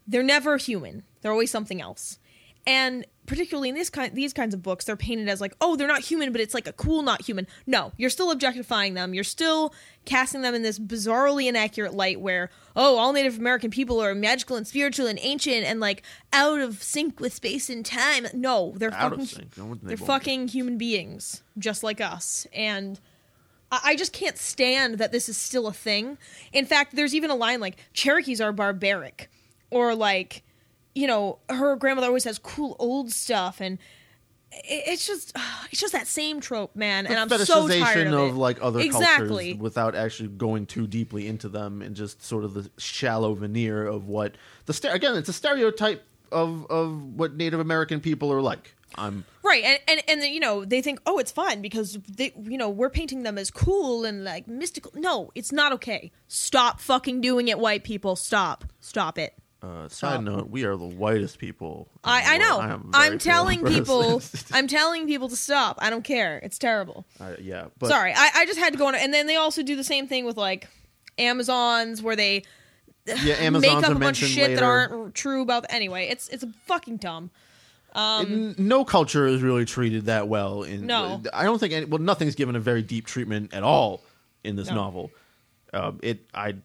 S2: they're never human. They're always something else. And particularly in this kind these kinds of books, they're painted as like, oh, they're not human, but it's like a cool not human. No, you're still objectifying them. You're still casting them in this bizarrely inaccurate light where, oh, all Native American people are magical and spiritual and ancient and like out of sync with space and time. No, they're
S1: Out of
S2: fucking
S1: sync. No wonder they
S2: they're
S1: won't.
S2: fucking human beings, just like us. And I, I just can't stand that this is still a thing. In fact, there's even a line like Cherokees are barbaric, or like, you know, her grandmother always has cool old stuff, and it- it's just <sighs> it's just that same trope, man, and I'm
S1: fetishization
S2: so tired of,
S1: of,
S2: it.
S1: like other
S2: exactly.
S1: cultures without actually going too deeply into them and just sort of the shallow veneer of what the ster- again it's a stereotype of of what Native American people are like. I'm
S2: Right, and and and you know they think, oh, it's fine because they, you know, we're painting them as cool and like mystical. No, it's not okay. Stop fucking doing it, white people. Stop, stop it.
S1: uh,
S2: Stop.
S1: side note we are the whitest people. in the
S2: I, I
S1: world.
S2: know.
S1: I am very
S2: I'm telling
S1: proud of <laughs>
S2: people.
S1: us.
S2: <laughs> I'm telling people to stop. I don't care. It's terrible.
S1: Uh, yeah, but
S2: Sorry, I, I just had to go on. And then they also do the same thing with like Amazons, where they
S1: yeah, Amazons
S2: make up
S1: are
S2: a bunch of
S1: mentioned
S2: shit
S1: later.
S2: that aren't true about. Anyway, it's it's fucking dumb.
S1: N- no culture is really treated that well. In
S2: Um, No.
S1: I don't think any, well, nothing's given a very deep treatment at all in this
S2: No.
S1: novel. Um, it, I,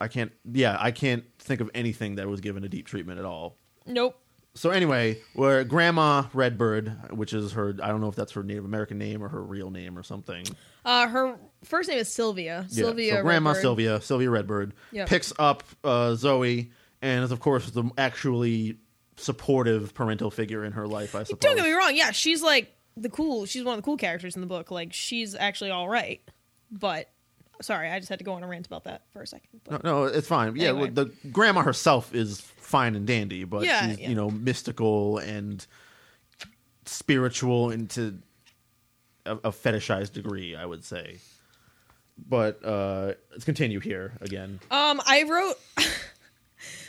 S1: I can't. Yeah, I can't think of anything that was given a deep treatment at all.
S2: Nope.
S1: So anyway, where Grandma Redbird, which is her, I don't know if that's her Native American name or her real name or something.
S2: Uh, her first name is Sylvia.
S1: Yeah,
S2: Sylvia.
S1: so Grandma
S2: Redbird.
S1: Sylvia, Sylvia Redbird,
S2: Yep.
S1: picks up uh, Zoe, and is of course the actually supportive parental figure in her life. I suppose.
S2: Don't get me wrong. Yeah, she's like the cool. She's one of the cool characters in the book. Like she's actually all right. But sorry, I just had to go on a rant about that for a second. But,
S1: No, no, it's fine. Yeah,
S2: Anyway.
S1: well, the grandma herself is fine and dandy, but
S2: Yeah,
S1: she's
S2: yeah.
S1: you know mystical and spiritual and to a, a fetishized degree, I would say. But uh, let's continue here again.
S2: Um, I wrote. <laughs>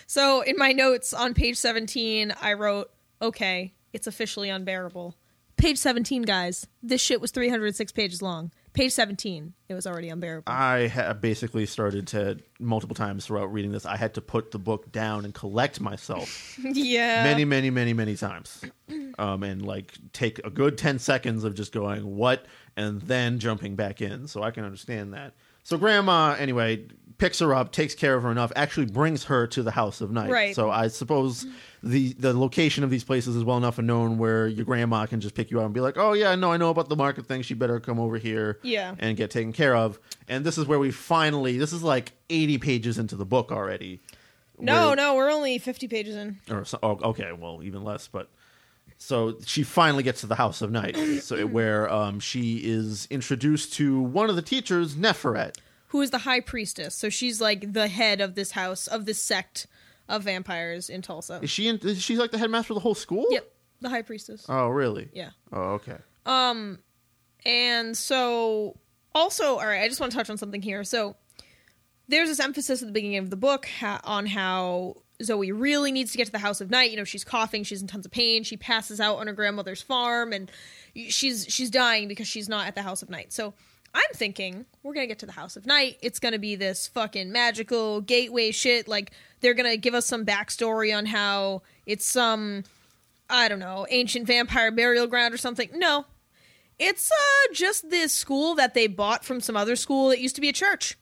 S2: so in my notes on page seventeen, I wrote, "Okay, it's officially unbearable." Page seventeen, guys. This shit was three hundred six pages long. Page seventeen, it was already unbearable.
S1: I ha- basically started to multiple times throughout reading this. I had to put the book down and collect myself
S2: <laughs> yeah.
S1: many, many, many, many times, <clears throat> um, and like take a good ten seconds of just going what, and then jumping back in. So I can understand that. So grandma, anyway, picks her up, takes care of her enough, actually brings her to the house of night.
S2: Right.
S1: So I suppose the the location of these places is well enough known where your grandma can just pick you up and be like, oh yeah, no, I know about the market thing. She better come over here
S2: Yeah.
S1: and get taken care of. And this is where we finally, this is like 80 pages into the book already.
S2: no,
S1: Where-
S2: no, we're only fifty pages in.
S1: Or, so- oh, okay, well, even less, but. So she finally gets to the House of Night, so where um, she is introduced to one of the teachers, Neferet.
S2: Who is the high priestess? So she's like the head of this house of this sect of vampires in Tulsa.
S1: Is she? In, is she's like the headmaster of the whole school.
S2: Yep, the high priestess.
S1: Oh, really?
S2: yeah.
S1: Oh, okay.
S2: And so, also, all right, I just want to touch on something here. So, there's this emphasis at the beginning of the book ha- on how Zoe really needs to get to the House of Night. You know, she's coughing, she's in tons of pain, she passes out on her grandmother's farm, and y- she's she's dying because she's not at the House of Night. So. I'm thinking we're gonna get to the House of Night. It's gonna be this fucking magical gateway shit. Like they're gonna give us some backstory on how it's some I don't know ancient vampire burial ground or something. No, it's uh just this school that they bought from some other school that used to be a church.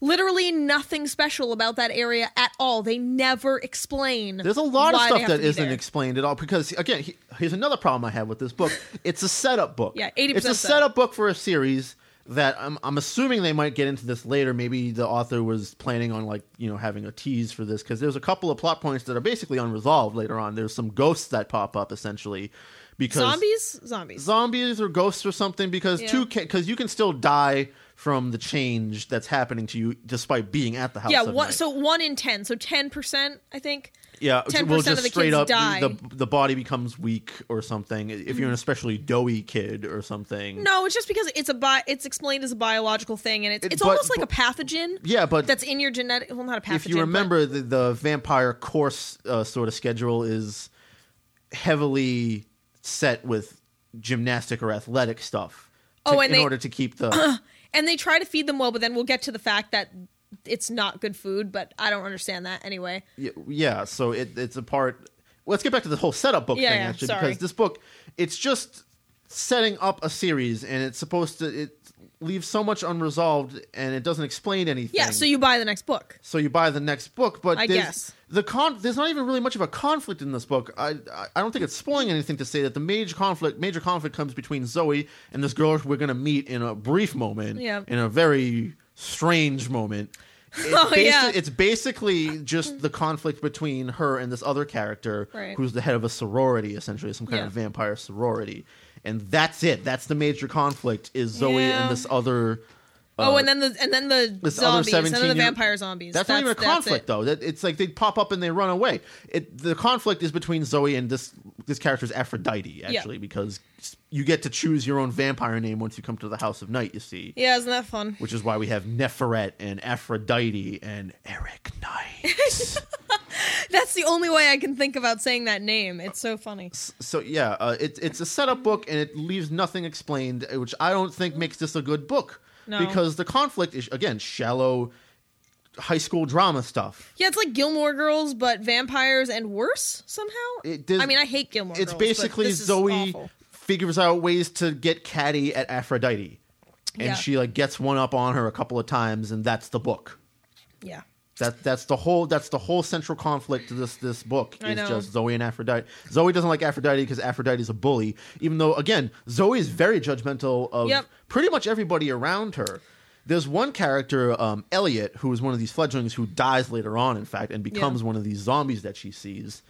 S2: Literally nothing special about that area at all. They never explain.
S1: There's a lot of
S2: why they
S1: stuff
S2: have
S1: that
S2: to be
S1: isn't
S2: there.
S1: explained at all because again, he, here's another problem I have with this book. <laughs> It's a setup book.
S2: Yeah, 80%
S1: It's a
S2: setup.
S1: setup book for a series that I'm, I'm assuming they might get into this later. Maybe the author was planning on like you know having a tease for this because there's a couple of plot points that are basically unresolved later on. There's some ghosts that pop up essentially because
S2: zombies, zombies.
S1: zombies or ghosts or something because
S2: Yeah.
S1: two because you can still die from the change that's happening to you despite being at the house.
S2: yeah,
S1: of
S2: one,
S1: Night.
S2: so one in ten, so ten percent, I think.
S1: Yeah,
S2: 10%
S1: well,
S2: of
S1: just
S2: the
S1: straight
S2: kids
S1: up,
S2: die. Mm.
S1: The, the body becomes weak or something. If you're an especially doughy kid or something.
S2: No, it's just because it's a bi- it's explained as a biological thing, and it's
S1: It-
S2: it's
S1: but-
S2: almost like
S1: but-
S2: a pathogen.
S1: Yeah, but
S2: that's in your genetic. Well, not a pathogen.
S1: if you
S2: but-
S1: remember, the, the vampire course uh, sort of schedule is heavily set with gymnastic or athletic stuff. to-
S2: Oh, and
S1: in
S2: they-
S1: order to
S2: <clears throat>
S1: keep the
S2: and they try to feed them well, but then we'll get to the fact that it's not good food. But I don't understand that anyway.
S1: Y- yeah so it, it's a part let's get back to the whole setup book
S2: Yeah,
S1: thing
S2: yeah,
S1: actually
S2: sorry.
S1: because this book it's just setting up a series and it's supposed to it leaves so much unresolved and it doesn't explain anything
S2: Yeah, so you buy the next book.
S1: so you buy the next book but
S2: I
S1: there's,
S2: guess.
S1: the con there's not even really much of a conflict in this book I, I i don't think it's spoiling anything to say that the major conflict major conflict comes between zoe and this girl we're going to meet in a brief moment
S2: Yeah. <laughs>
S1: in a very strange moment It's
S2: Oh, yeah.
S1: It's basically just the conflict between her and this other character,
S2: Right.
S1: who's the head of a sorority, essentially some kind
S2: Yeah.
S1: of vampire sorority, and that's it. That's the major conflict is Zoe
S2: Yeah.
S1: and this other.
S2: oh, and then the and then the
S1: Uh, this other
S2: zombies, and then the
S1: 17-year-old
S2: vampire zombies.
S1: That's, not even a
S2: it.
S1: conflict though. That it's like they pop up and they run away. It the conflict is between Zoe and this this character's Aphrodite actually because you get to choose your own vampire name once you come to the House of Night. You see,
S2: Yeah, isn't that fun? <laughs>
S1: which is why we have Neferet and Aphrodite and Eric
S2: <laughs>
S1: Knight.
S2: That's the only way I can think about saying that name. It's so funny.
S1: so yeah, uh, it's it's a setup book and it leaves nothing explained, uh, which I don't think makes this a good book
S2: No.
S1: because the conflict is again shallow high school drama stuff.
S2: Yeah, it's like Gilmore Girls, but vampires and worse somehow.
S1: It does-
S2: I mean, I hate Gilmore
S1: it's
S2: Girls. but
S1: basically
S2: this is
S1: Zoe
S2: awful.
S1: figures out ways to get catty at Aphrodite, and
S2: Yeah.
S1: she like gets one up on her a couple of times, and that's the book.
S2: Yeah.
S1: That that's the whole that's the whole central conflict to this this book
S2: I
S1: is
S2: know.
S1: just Zoe and Aphrodite. Zoe doesn't like Aphrodite because Aphrodite's a bully, even though again Zoe is very judgmental of
S2: Yep.
S1: pretty much everybody around her. There's one character, um, Elliot, who is one of these fledglings who dies later on, in fact, and becomes one of these zombies that she sees.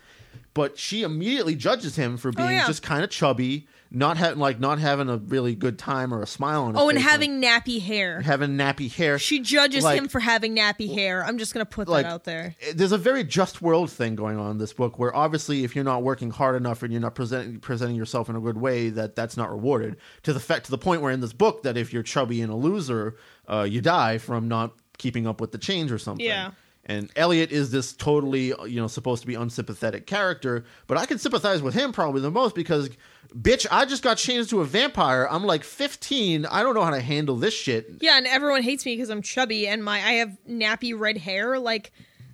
S1: But she immediately judges him for being
S2: Oh, yeah.
S1: just kind of chubby, not having like not having a really good time or a smile on. Her
S2: Oh, and
S1: face, like,
S2: having nappy hair.
S1: having nappy hair.
S2: She judges
S1: Like-
S2: him for having nappy hair. I'm just gonna put that out there.
S1: eh, There's a very just world thing going on in this book, where obviously, if you're not working hard enough and you're not presenting presenting yourself in a good way, that that's not rewarded. To the fact, to the point where in this book, that if you're chubby and a loser, uh, you die from not keeping up with the change or something.
S2: Yeah.
S1: And Elliot is this totally, you know, supposed to be unsympathetic character, but I can sympathize with him probably the most because, bitch, I just got changed to a vampire. I'm like 15. I don't know how to handle this shit.
S2: Yeah, and everyone hates me because I'm chubby and my I have nappy red hair. Like,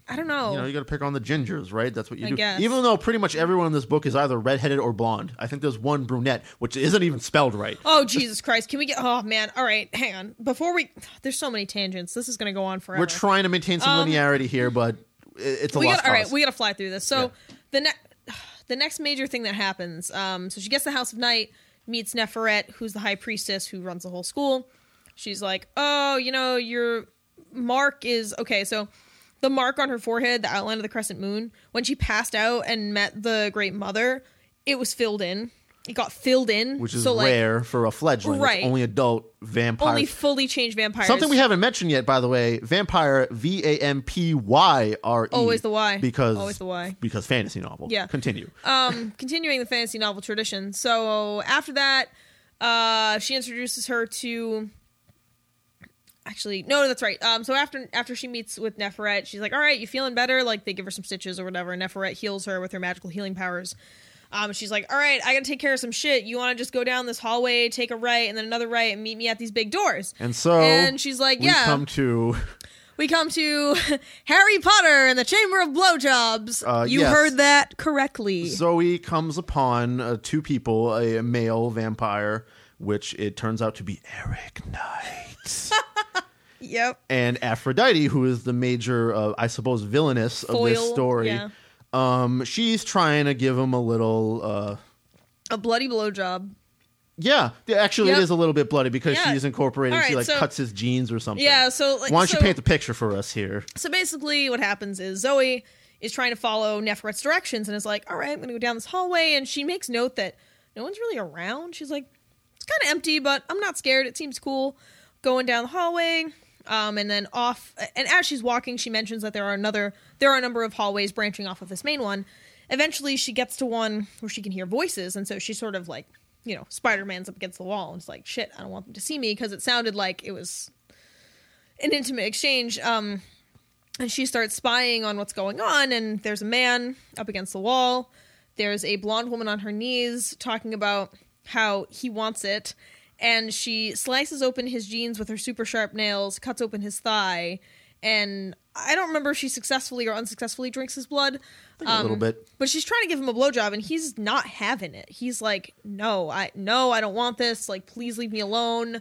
S2: I don't know.
S1: You know, you got to pick on the gingers, right? That's what you
S2: I
S1: do.
S2: guess.
S1: Even though pretty much everyone in this book is either redheaded or blonde. I think there's one brunette, which isn't even spelled right.
S2: Oh Jesus Christ! Can we get? Oh man! All right, hang on. Before we, there's so many tangents. This is gonna go on forever.
S1: We're trying to maintain some linearity here, but i- it's a
S2: Um, we
S1: lost
S2: got all right.
S1: cause.
S2: We got to fly through this. So the next, <sighs> the next major thing that happens. Um, so she gets to the House of Night, meets Neferet, who's the High Priestess who runs the whole school. She's like, oh, you know, your mark is okay. So the mark on her forehead, the outline of the crescent moon, when she passed out and met the Great Mother, it was filled in. It got filled in,
S1: which is
S2: so like
S1: rare for a fledgling. It's
S2: Right.
S1: only adult vampires.
S2: only fully changed vampires.
S1: Something we haven't mentioned yet, by the way, vampire V A M P Y R E.
S2: Always the Y.
S1: Because
S2: Always the Y.
S1: Because fantasy novel.
S2: Yeah.
S1: Continue.
S2: um, continuing the fantasy novel tradition. So after that, uh, she introduces her to. Actually, no, that's right. Um, so after after she meets with Neferet, she's like, "All right, you feeling better?" Like they give her some stitches or whatever. And Neferet heals her with her magical healing powers. Um, she's like, "All right, I gotta take care of some shit. You want to just go down this hallway, take a right, and then another right, and meet me at these big doors?"
S1: and so
S2: and she's like,
S1: we
S2: "Yeah."
S1: come to
S2: we come to <laughs> Harry Potter and the Chamber of Blowjobs.
S1: Uh,
S2: you
S1: yes.
S2: heard that correctly.
S1: Zoe comes upon uh, two people, a, a male vampire, which it turns out to be Eric
S2: <laughs>
S1: Knight,
S2: yep.
S1: and Aphrodite, who is the major, uh, I suppose, villainess of this
S2: Foil,
S1: story.
S2: yeah.
S1: Um, she's trying to give him a little. Uh,
S2: A bloody blowjob.
S1: yeah, th- actually,
S2: Yep.
S1: it is a little bit bloody because
S2: Yeah.
S1: she's incorporated.
S2: All
S1: she
S2: right,
S1: like
S2: so-
S1: cuts his jeans or something.
S2: Yeah, so, like,
S1: why don't
S2: so-
S1: you paint the picture for us here?
S2: So basically, what happens is Zoe is trying to follow Neferet's directions and is like, "All right, I'm going to go down this hallway." And she makes note that no one's really around. She's like, "It's kind of empty, but I'm not scared. It seems cool." Going down the hallway, um, and then off. And as she's walking, she mentions that there are another there are a number of hallways branching off of this main one. Eventually, she gets to one where she can hear voices, and so she sort of like, you know, Spider Man's up against the wall and it's like, "Shit, I don't want them to see me," because it sounded like it was an intimate exchange. Um, and she starts spying on what's going on and there's a man up against the wall there's a blonde woman on her knees talking about how he wants it and she slices open his jeans with her super sharp nails cuts open his thigh and i don't remember if she successfully or unsuccessfully drinks his blood
S1: a
S2: Um,
S1: little bit.
S2: but she's trying to give him a blowjob, and he's not having it. He's like, "No, I no, I don't want this. Like, please leave me alone."
S1: Uh,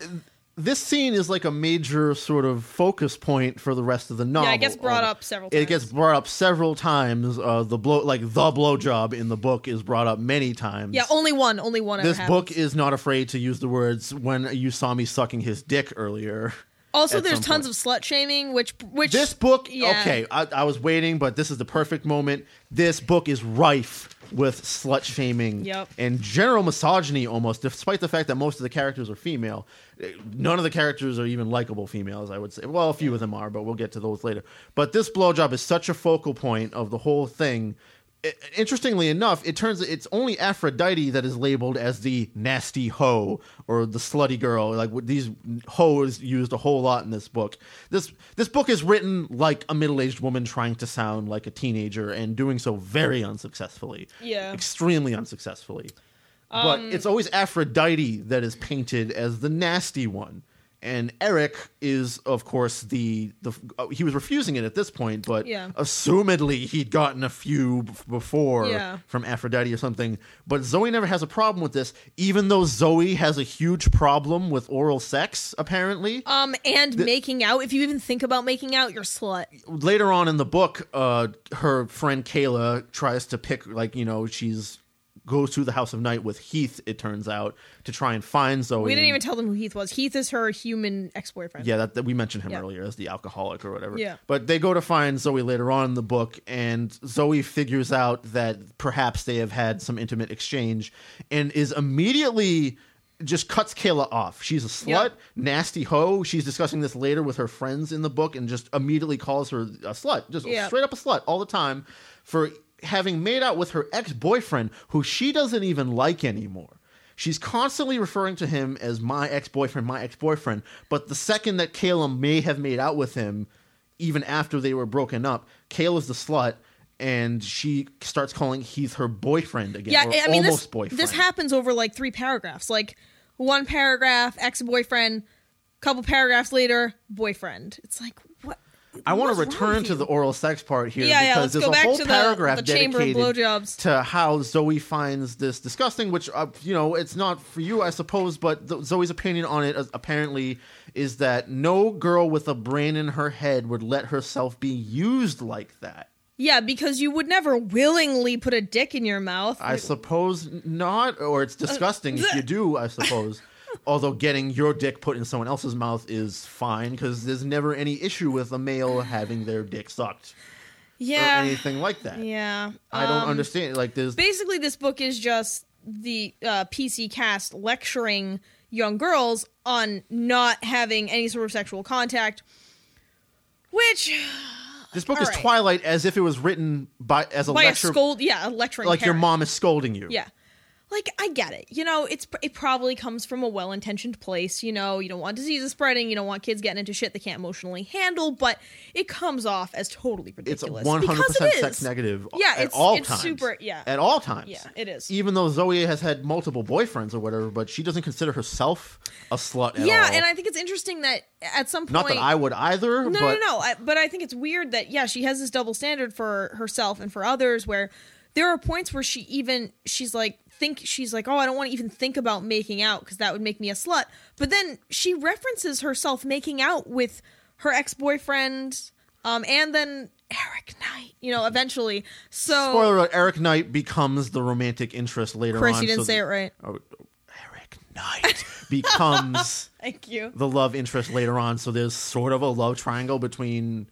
S1: this scene is like a major sort of focus point for the rest of the novel.
S2: it gets brought
S1: Uh,
S2: up several
S1: It gets
S2: times.
S1: brought up several times. Uh, the blow, like the blowjob in the book, is brought up many times.
S2: Yeah, only one, only one. ever
S1: this
S2: happens. <laughs>
S1: book is not afraid to use the words "when you saw me sucking his dick earlier."
S2: Also,
S1: at
S2: there's
S1: some
S2: tons
S1: point.
S2: of slut shaming, which which
S1: This book,
S2: Yeah.
S1: okay, I, I was waiting, but this is the perfect moment. This book is rife with slut shaming
S2: Yep.
S1: and general misogyny almost, despite the fact that most of the characters are female. Eh, None of the characters are even likable females, I would say. Well, a few of them are, but we'll get to those later. But this blowjob is such a focal point of the whole thing. I- Interestingly enough, it turns it's only Aphrodite that is labeled as the nasty hoe or the slutty girl. Like what- these hoe is used a whole lot in this book. This this book is written like a middle aged woman trying to sound like a teenager and doing so very unsuccessfully
S2: Yeah.
S1: extremely unsuccessfully. But
S2: Um,
S1: it's always Aphrodite that is painted as the nasty one, and Eric is, of course, the the uh, he was refusing it at this point, but
S2: Yeah.
S1: assumedly he'd gotten a few b- before
S2: Yeah.
S1: from Aphrodite or something. But Zoe never has a problem with this, even though Zoe has a huge problem with oral sex. Apparently,
S2: um and making out. If you even think about making out, you're slut.
S1: later on in the book, uh, her friend Kayla tries to pick, like, you know, she's goes through the House of Night with Heath. It turns out to try and find Zoe.
S2: We didn't
S1: and-
S2: even tell them who Heath was. Heath is her human ex boyfriend.
S1: yeah, that, that we mentioned him
S2: Yeah.
S1: earlier as the alcoholic or whatever.
S2: Yeah.
S1: But they go to find Zoe later on in the book, and Zoe figures out that perhaps they have had some intimate exchange, and is immediately just cuts Kayla off. She's a slut,
S2: Yeah.
S1: nasty hoe. She's discussing this later with her friends in the book, and just immediately calls her a slut, just
S2: Yeah.
S1: straight up a slut all the time for having made out with her ex boyfriend, who she doesn't even like anymore. She's constantly referring to him as my ex boyfriend, my ex boyfriend. But the second that Kayla may have made out with him, even after they were broken up, Kayla's the slut, and she starts calling Heath her boyfriend again.
S2: Yeah,
S1: or
S2: I mean
S1: almost
S2: this,
S1: boyfriend.
S2: this happens over like three paragraphs. Like one paragraph, ex boyfriend, couple paragraphs later, boyfriend. It's like what
S1: I
S2: what's
S1: want to
S2: wrong
S1: return
S2: with
S1: to
S2: you?
S1: the oral sex part here
S2: Yeah, yeah, let's
S1: because there's
S2: go
S1: a
S2: back
S1: whole
S2: to the-
S1: paragraph
S2: the chamber of
S1: dedicated
S2: blowjobs.
S1: to how Zoe finds this disgusting, which uh, you know it's not for you, I suppose. But th- Zoe's opinion on it uh, apparently is that no girl with a brain in her head would let herself be used like that.
S2: Yeah, because you would never willingly put a dick in your mouth.
S1: I suppose not, or
S2: Uh,
S1: it's disgusting if you do.
S2: <laughs>
S1: I suppose. Although getting your dick put in someone else's mouth is fine because there's never any issue with a male having their dick sucked or
S2: yeah.
S1: anything like that.
S2: Yeah.
S1: I don't
S2: um,
S1: understand. Like there's
S2: basically this book is just the uh, PC cast lecturing young girls on not having any sort of sexual contact, which
S1: this book
S2: all
S1: is
S2: right.
S1: Twilight as if it was written by as a
S2: by
S1: lecture,
S2: a scold, yeah, a lecturing
S1: like your
S2: parent.
S1: mom is scolding you.
S2: yeah. Like I get it, you know. It's it probably comes from a well-intentioned place. You know, you don't want diseases spreading. You don't want kids getting into shit they can't emotionally handle. But it comes off as totally
S1: It's
S2: ridiculous.
S1: one hundred
S2: because it
S1: percent
S2: is.
S1: sex negative.
S2: Yeah,
S1: at
S2: it's-
S1: all
S2: it's
S1: times.
S2: super- yeah.
S1: at all times.
S2: Yeah, it is.
S1: Even though Zoe has had multiple boyfriends or whatever, but she doesn't consider herself a slut. At
S2: Yeah,
S1: all.
S2: and I think it's interesting that at some point,
S1: not that I would either.
S2: No,
S1: but
S2: no, no. I, but I think it's weird that yeah, she has this double standard for herself and for others. Where there are points where she even she's like think she's like oh I don't want to even think about making out because that would make me a slut. But then she references herself making out with her ex boyfriend, um, and then Eric Knight. You know, eventually. So
S1: Spoiler alert: Eric Knight becomes the romantic interest later
S2: Chris,
S1: on.
S2: you didn't
S1: so
S2: say
S1: the-
S2: it right.
S1: Oh, Eric Knight <laughs> becomes.
S2: Thank you.
S1: the love interest later on. So there's sort of a love triangle between,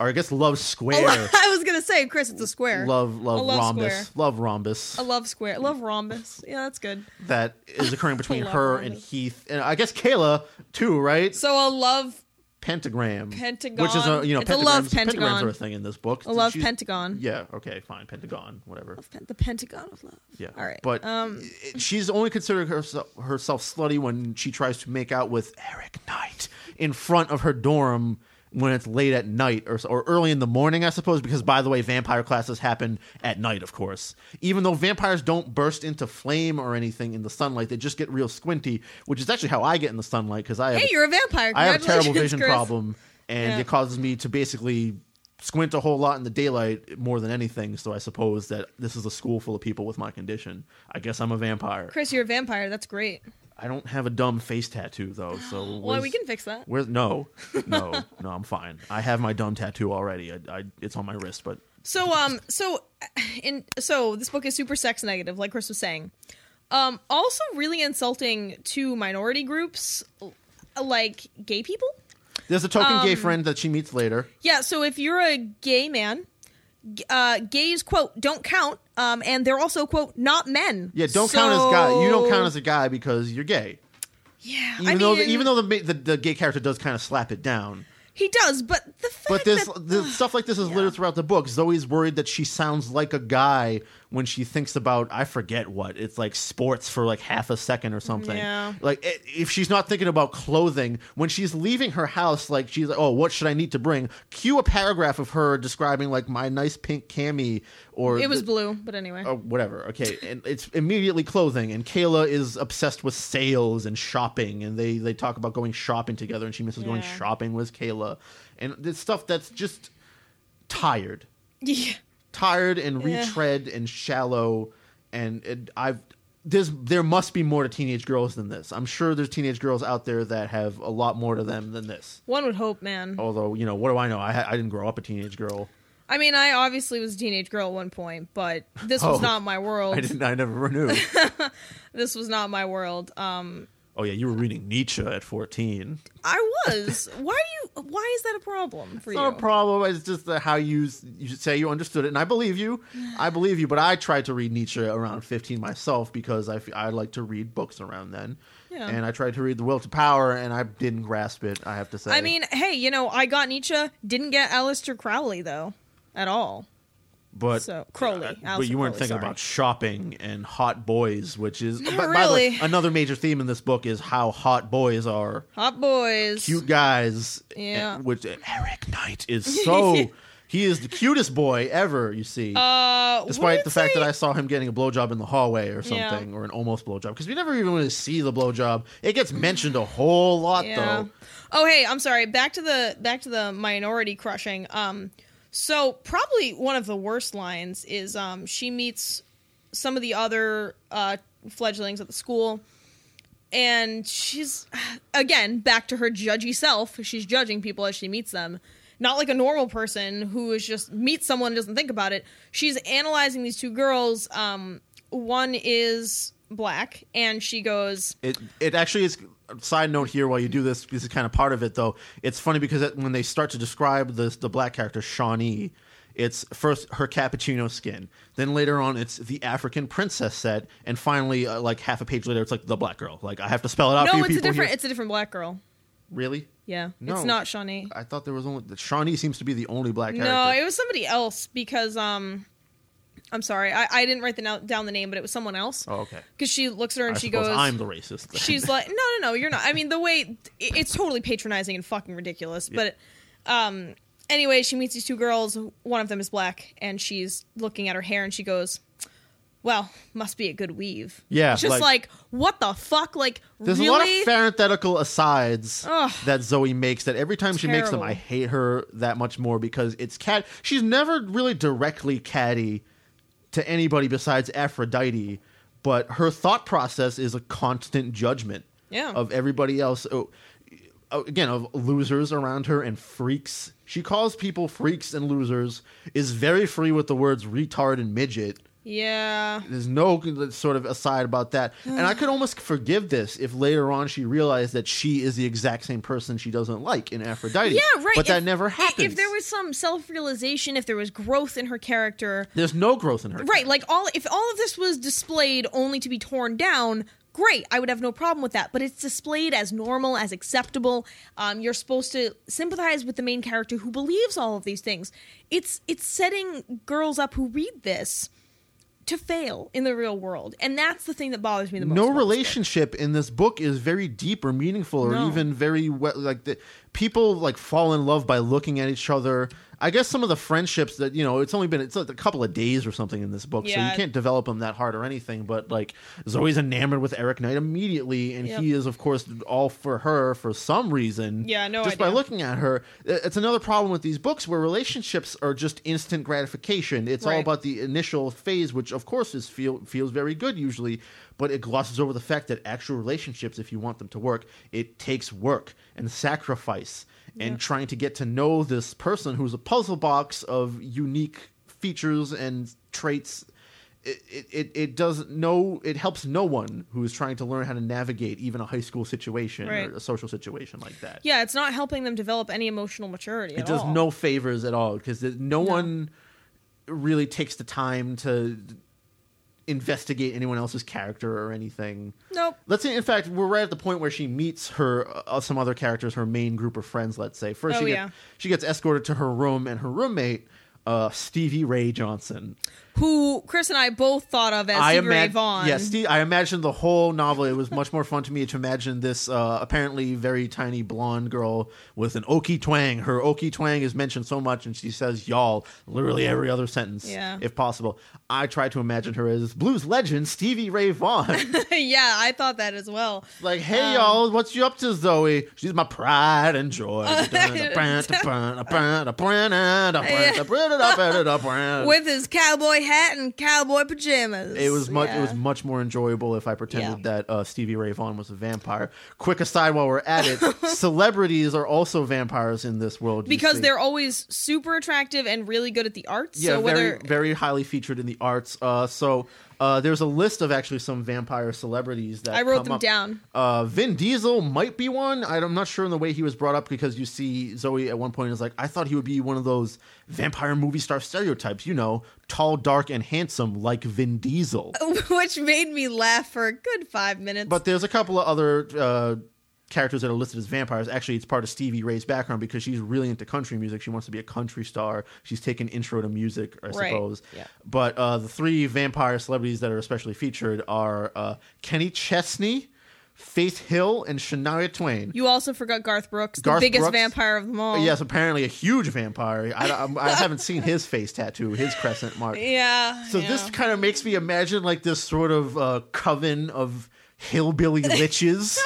S1: or I guess love square,
S2: <laughs> I was gonna say Chris, it's a square.
S1: love
S2: A
S1: love
S2: love
S1: rhombus,
S2: square.
S1: love rhombus
S2: A love square. Love rhombus. Yeah, that's good.
S1: that
S2: <laughs>
S1: is occurring between
S2: love
S1: her and
S2: rhombus.
S1: Heath, and I guess Kayla too, right?
S2: So a love
S1: pentagram,
S2: Pentagon.
S1: which is a you know
S2: It's a love
S1: pentagrams, pentagrams
S2: pentagon.
S1: are a thing in this book.
S2: a love
S1: She's-
S2: pentagon.
S1: Yeah. Okay. Fine. Pentagon. Whatever.
S2: Pen- the Pentagon of Love.
S1: Yeah.
S2: All right.
S1: But
S2: um,
S1: it- she's only considered herself, herself slutty when she tries to make out with Eric Knight in front of her dorm when it's late at night or, or early in the morning, I suppose, because by the way, vampire classes happen at night, of course. Even though vampires don't burst into flame or anything in the sunlight, they just get real squinty, which is actually how I get in the sunlight because I have
S2: hey, you're a vampire.
S1: I have a terrible
S2: Congratulations,
S1: vision
S2: Chris.
S1: problem, and
S2: Yeah.
S1: it causes me to basically squint a whole lot in the daylight more than anything. So I suppose that this is a school full of people with my condition. I guess I'm a vampire.
S2: Chris, you're a vampire. That's great.
S1: I don't have a dumb face tattoo though,
S2: <gasps>
S1: so
S2: Well, we
S1: where's-
S2: can fix that. <laughs>
S1: Where's no, no, no? I'm fine. I have my dumb tattoo already. I, I, it's on my wrist, but
S2: So, um, so in so this book is super sex negative, like Chris was saying. Um, also really insulting to minority groups, like gay people.
S1: There's a token
S2: Um,
S1: gay friend that she meets later.
S2: Yeah, so if you're a gay man, g- uh, gays quote don't count, um, and they're also quote not men.
S1: Yeah, don't count as guy. You don't count
S2: So-
S1: as a guy because you're gay.
S2: yeah.
S1: Even
S2: I
S1: though,
S2: mean,
S1: even though the, ma- the the gay character does kind of slap it down,
S2: he does, but the fact
S1: but this
S2: that,
S1: the stuff like this is littered throughout the book. Zoe's worried that she sounds like a guy when she thinks about I forget what it's like sports for like half a second or something.
S2: Yeah.
S1: Like i- if she's not thinking about clothing when she's leaving her house, like she's like, oh, what should I need to bring? Cue a paragraph of her describing like my nice pink cami or
S2: it was
S1: the- Oh.
S2: blue, but anyway.
S1: or whatever. Okay, and it's immediately clothing. And Kayla is obsessed with sales and shopping, and they they talk about going shopping together, and she misses going
S2: Yeah.
S1: shopping with Kayla, and this stuff that's just tired,
S2: <laughs> Yeah.
S1: tired and
S2: Yeah.
S1: retread and shallow, and it, I've. There's, there must be more to teenage girls than this. I'm sure there's teenage girls out there that have a lot more to them than this.
S2: One would hope, man.
S1: Although, you know, what do I know? I, ha- I didn't grow up a teenage girl.
S2: I mean, I obviously was a teenage girl at one point, but this was
S1: Oh.
S2: not my world.
S1: <laughs> I didn't. I
S2: <laughs>
S1: never knew.
S2: This was not my world. Um,
S1: oh yeah, you were reading Nietzsche at 14.
S2: I
S1: <laughs>
S2: was. why do you? Why is that a problem for
S1: It's
S2: you?
S1: not a problem. It's just the, how you s- you say you understood it, and I believe you.
S2: <sighs>
S1: I believe you, but I tried to read Nietzsche around fifteen myself because I, f- I like to read books around then,
S2: Yeah.
S1: and I tried to read The Will to Power, and I didn't grasp it. I have to say.
S2: I mean, hey, you know, I got Nietzsche. Didn't get Aleister Crowley though, at all.
S1: but uh,
S2: so, Crowley,
S1: but
S2: Aleister
S1: you
S2: Crowley,
S1: weren't thinking
S2: sorry.
S1: about shopping and hot boys, which is
S2: Not
S1: by, by the way,
S2: really.
S1: another major theme in this book is how hot boys are.
S2: Hot boys.
S1: cute guys.
S2: Yeah.
S1: and- which uh, Eric Knight
S2: <laughs>
S1: is so. He is the cutest boy ever, you see.
S2: Uh,
S1: despite the fact that I saw him getting a blowjob in the hallway or
S2: Yeah.
S1: something, or an almost blowjob, because we never even really see the blowjob. It gets mentioned a whole lot
S2: Yeah.
S1: though.
S2: Oh, hey, I'm sorry. Back to the back to the minority crushing. Um, so probably one of the worst lines is um she meets some of the other uh fledglings at the school, and she's again back to her judgy self. She's judging people as she meets them. Not like a normal person who is just meets someone and doesn't think about it. She's analyzing these two girls. Um, one is black, and she goes,
S1: It it actually is. Side note here, while you do this, this is kind of part of it though. It's funny because it, when they start to describe the the black character Shawnee, it's first her cappuccino skin, then later on it's the African princess set, and finally, uh, like half a page later, it's like the black girl. Like I have to spell it out for
S2: "No,
S1: you
S2: it's a
S1: people.
S2: different.
S1: here.
S2: It's a different black girl."
S1: really.
S2: Yeah,
S1: No.
S2: it's not Shawnee.
S1: I thought there was only Shawnee seems to be the only black character.
S2: No, it was somebody else because um, I'm sorry, I, I didn't write the no- down the name, but it was someone else.
S1: Oh, okay.
S2: Because she looks at her and
S1: I
S2: she
S1: suppose
S2: goes,
S1: I'm the racist. <laughs> then.
S2: she's like, no, no, no, you're not. I mean, the way it, it's totally patronizing and fucking ridiculous. But um, anyway, she meets these two girls. One of them is black, and she's looking at her hair and she goes. Well, must be a good weave.
S1: Yeah,
S2: It's just
S1: like-
S2: like, what the fuck? Like,
S1: There's
S2: really?
S1: a lot of parenthetical asides
S2: Ugh.
S1: that Zoe makes that every time she makes them,
S2: Terrible.
S1: I hate her that much more because it's cat. She's never really directly catty to anybody besides Aphrodite, but her thought process is a constant judgment
S2: Yeah.
S1: of everybody else. Oh, oh, again, of losers around her and freaks. She calls people freaks and losers, is very free with the words retard and midget.
S2: yeah.
S1: There's no sort of aside about that. And I could almost forgive this if later on she realized that she is the exact same person she doesn't like in Aphrodite.
S2: Yeah, right.
S1: But
S2: If-
S1: that never happens.
S2: If there was some self realization, if there was growth in her character,
S1: There's no growth in her.
S2: right? Like all, if all of this was displayed only to be torn down, great. I would have no problem with that. But it's displayed as normal, as acceptable. Um, you're supposed to sympathize with the main character who believes all of these things. It's it's setting girls up who read this to fail in the real world, and that's the thing that bothers me the most.
S1: no
S2: about this book.
S1: relationship in this book is very deep or meaningful or
S2: No.
S1: even very well, like the, people like fall in love by looking at each other. I guess some of the friendships that you know it's only been it's like a couple of days or something in this book, so
S2: Yeah.
S1: you can't develop them that hard or anything. But like Zoe's enamored with Eric Knight immediately, and
S2: Yep.
S1: he is of course all for her for some reason.
S2: Yeah, no
S1: just by
S2: idea.
S1: looking at her, I- it's another problem with these books where relationships are just instant gratification. It's all
S2: Right.
S1: about the initial phase, which of course is feel feels very good usually, but it glosses over the fact that actual relationships, if you want them to work, it takes work and sacrifice and trying to get to know this person who's a puzzle box of unique features and traits it, it- it, it does no it helps no one who is trying to learn how to navigate even a high school situation
S2: Right.
S1: or a social situation like that.
S2: Yeah, it's not helping them develop any emotional maturity.
S1: it
S2: at
S1: does
S2: all.
S1: no favors at all because no, one really takes the time to investigate anyone else's character or anything.
S2: Nope.
S1: Let's say, in fact, we're right at the point where she meets her uh, some other characters, her main group of friends. Let's say first
S2: Oh,
S1: she, get-
S2: yeah.
S1: she gets escorted to her room, and her roommate, uh, Stevie Ray Johnson.
S2: Who Chris and I both thought of as Stevie Ray
S1: imag-
S2: Vaughan. <laughs>
S1: Yeah, Steve, I imagined the whole novel. It was much more fun to me to imagine this uh, apparently very tiny blonde girl with an oaky twang. Her oaky twang is mentioned so much, and she says y'all literally every other sentence,
S2: Yeah.
S1: if possible. I try to imagine her as blues legend Stevie Ray Vaughan.
S2: yeah, I thought that as well.
S1: like, hey, y'all, what's you up to, Zoe? She's my pride and joy.
S2: With his cowboy hat and cowboy pajamas.
S1: It was much.
S2: Yeah.
S1: It was much more enjoyable if I pretended
S2: Yeah.
S1: that uh, Stevie Ray Vaughan was a vampire. Quick aside, while we're at it,
S2: <laughs>
S1: celebrities are also vampires in this world you
S2: because
S1: see.
S2: they're always super attractive and really good at the arts.
S1: yeah,
S2: so whether
S1: very very highly featured in the arts. Uh, so uh, there's a list of actually some vampire celebrities that
S2: I wrote
S1: come
S2: them
S1: up.
S2: down.
S1: Uh, Vin Diesel might be one. I- I'm not sure in the way he was brought up because you see Zoe at one point is like, I thought he would be one of those vampire movie star stereotypes. You know, tall, dark, and handsome like Vin Diesel.
S2: <laughs> which made me laugh for a good five minutes.
S1: But there's a couple of other uh, characters that are listed as vampires. Actually, it's part of Stevie Ray's background because she's really into country music. She wants to be a country star. She's taken intro to music, I suppose.
S2: Yeah.
S1: But uh, the three vampire celebrities that are especially featured are uh, Kenny Chesney, Faith Hill, and Shania Twain.
S2: you also forgot Garth Brooks,
S1: Garth
S2: the biggest
S1: Brooks-
S2: vampire of them all.
S1: Yes, apparently a huge vampire. I, I'm- I haven't seen his face tattoo, his crescent mark.
S2: Yeah.
S1: So
S2: yeah.
S1: this kind of makes me imagine like this sort of uh, coven of
S2: <laughs>
S1: hillbilly liches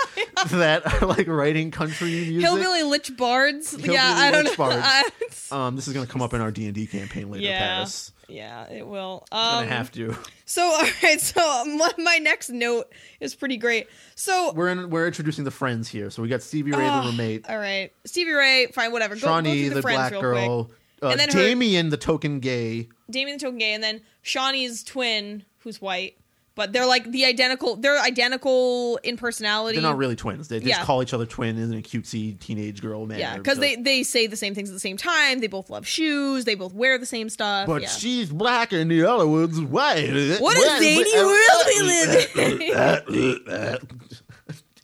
S1: that are like writing country music.
S2: hillbilly lich bards.
S1: Hillbilly
S2: yeah, I don't
S1: lich
S2: know. <laughs>
S1: bards.
S2: I-
S1: Um, this is going to come up in our D and D campaign later,
S2: yeah.
S1: Paris.
S2: Yeah, it will.
S1: Gonna
S2: Um,
S1: have to.
S2: so, <laughs> all right. So, my, my next note is pretty great. So,
S1: We're in, we're introducing the friends here, so we got Stevie Ray,
S2: Ugh,
S1: the roommate,
S2: All right, Stevie Ray. Fine, whatever. Go, go
S1: Shawnee,
S2: through the,
S1: the,
S2: friends
S1: black
S2: real quick.
S1: girl, uh,
S2: And then her-
S1: Damien, the token gay.
S2: Damien the token gay, and then Shawnee's twin, who's white, but they're like the identical. They're identical in personality.
S1: They're not really twins. They just
S2: Yeah.
S1: call each other twin in a cutesy teenage girl manner.
S2: Yeah, because
S1: So-
S2: they they say the same things at the same time. They both love shoes. They both wear the same stuff.
S1: But
S2: yeah.
S1: she's black and the other one's white.
S2: what is Zadie really living?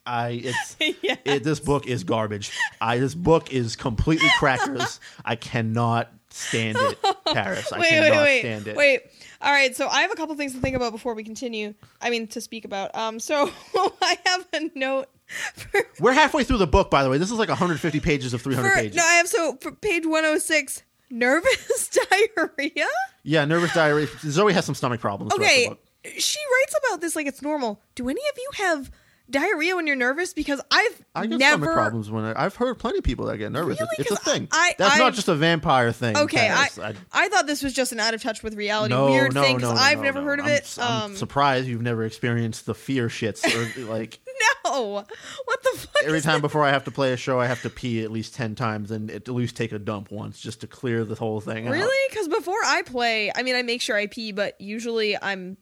S1: I it's
S2: <laughs> Yeah.
S1: it, this book is garbage. I this book is completely crackers. I cannot stand it, Paris. <laughs> I
S2: wait,
S1: cannot
S2: wait,
S1: stand
S2: wait,
S1: it.
S2: wait. All right, so I have a couple things to think about before we continue. I mean, to speak about. Um, so <laughs> I have a note for
S1: We're halfway through the book, by the way. This is like 150 pages of 300
S2: For-
S1: pages.
S2: No, I have so for page one hundred six. Nervous <laughs> diarrhea.
S1: yeah, nervous diarrhea. Zoe has some stomach problems. throughout
S2: Okay,
S1: the book.
S2: she writes about this like it's normal. Do any of you have diarrhea when you're nervous? Because I've
S1: I get stomach
S2: never.
S1: problems when I, I've heard plenty of people that get nervous.
S2: Really?
S1: It's, it's a
S2: 'Cause
S1: thing.
S2: I-
S1: That's
S2: I've-
S1: not just a vampire thing.
S2: Okay, I,
S1: Paris.
S2: I thought this was just an out of touch with reality
S1: no,
S2: weird
S1: no,
S2: thing
S1: no,
S2: because
S1: no,
S2: I've
S1: no,
S2: never
S1: no.
S2: heard of
S1: I'm
S2: it.
S1: s- I'm
S2: um,
S1: surprised you've never experienced the fear shits. Or like
S2: <laughs> no, what the fuck?
S1: every
S2: is
S1: time before I have to play a show, I have to pee at least ten times and at least take a dump once just to clear the whole thing. out.
S2: Really? Because before I play, I mean, I make sure I pee, but usually I'm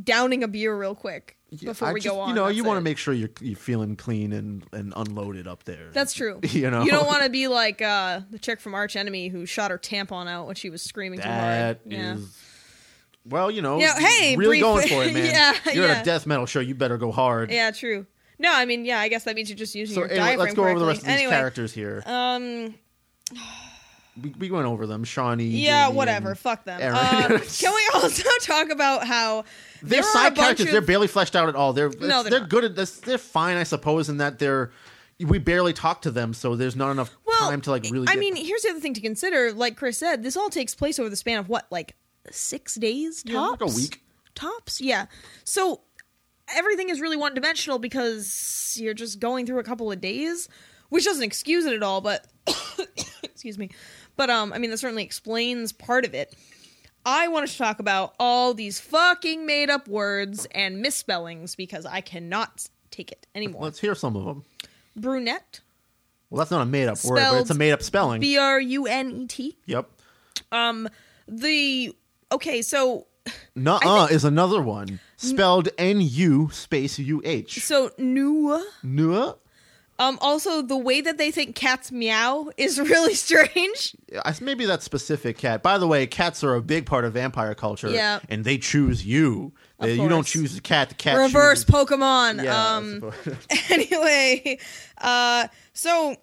S2: downing a beer real quick
S1: Yeah,
S2: before
S1: I
S2: we
S1: just-
S2: go on.
S1: You know, you
S2: That's
S1: want
S2: it.
S1: to make sure you're you're feeling clean and and unloaded up there.
S2: That's true.
S1: <laughs> You know,
S2: you don't want to be like uh, the chick from Arch Enemy who shot her tampon out when she was screaming
S1: That
S2: too hard.
S1: is- Well, you know,
S2: Yeah, hey,
S1: really
S2: brief- <laughs>
S1: going for it, man.
S2: Yeah,
S1: you're at
S2: yeah.
S1: a death metal show. You better go hard.
S2: Yeah. yeah, true. No, I mean, yeah, I guess that means you're just using
S1: So
S2: your
S1: anyway,
S2: diaphragm
S1: let's go over the
S2: correctly.
S1: rest of these
S2: anyway,
S1: characters here.
S2: Um,
S1: we, we went over them. Shawnee.
S2: yeah,
S1: Jamie,
S2: whatever.
S1: and-
S2: Fuck them.
S1: Aaron. <laughs>
S2: Uh, can we also <laughs> talk about how there
S1: They're
S2: are a
S1: side
S2: bunch
S1: characters.
S2: of-
S1: They're barely fleshed out at all. They're
S2: No, they're
S1: they're,
S2: not.
S1: good at this. They're fine, I suppose, in that they're we barely talk to them, so there's not enough
S2: well,
S1: time to like really.
S2: I
S1: get-
S2: mean, here's the other thing to consider. Like Chris said, this all takes place over the span of what, like six days tops?
S1: Yeah, like a week.
S2: Tops, yeah. So everything is really one dimensional because you're just going through a couple of days, which doesn't excuse it at all, but <coughs> excuse me. But um, I mean, that certainly explains part of it. I wanted to talk about all these fucking made up words and misspellings because I cannot take it anymore.
S1: let's hear some of them.
S2: Brunette,
S1: Well, that's not a made up word, but it's a
S2: Spelled
S1: made up spelling.
S2: B R U N E T.
S1: yep.
S2: the okay so
S1: Nuh-uh is another one spelled N U space U H.
S2: So new.
S1: Nuh.
S2: Um, also, the way that they think cats meow is <laughs> really strange.
S1: I- Maybe that's specific cat. By the way, cats are a big part of vampire culture.
S2: Yeah.
S1: And they choose you. They- you don't
S2: course.
S1: choose the cat. The cat
S2: Reverse
S1: chooses-
S2: Pokemon.
S1: Yeah, I
S2: um,
S1: suppose.
S2: <laughs>
S1: <laughs>
S2: anyway, uh, so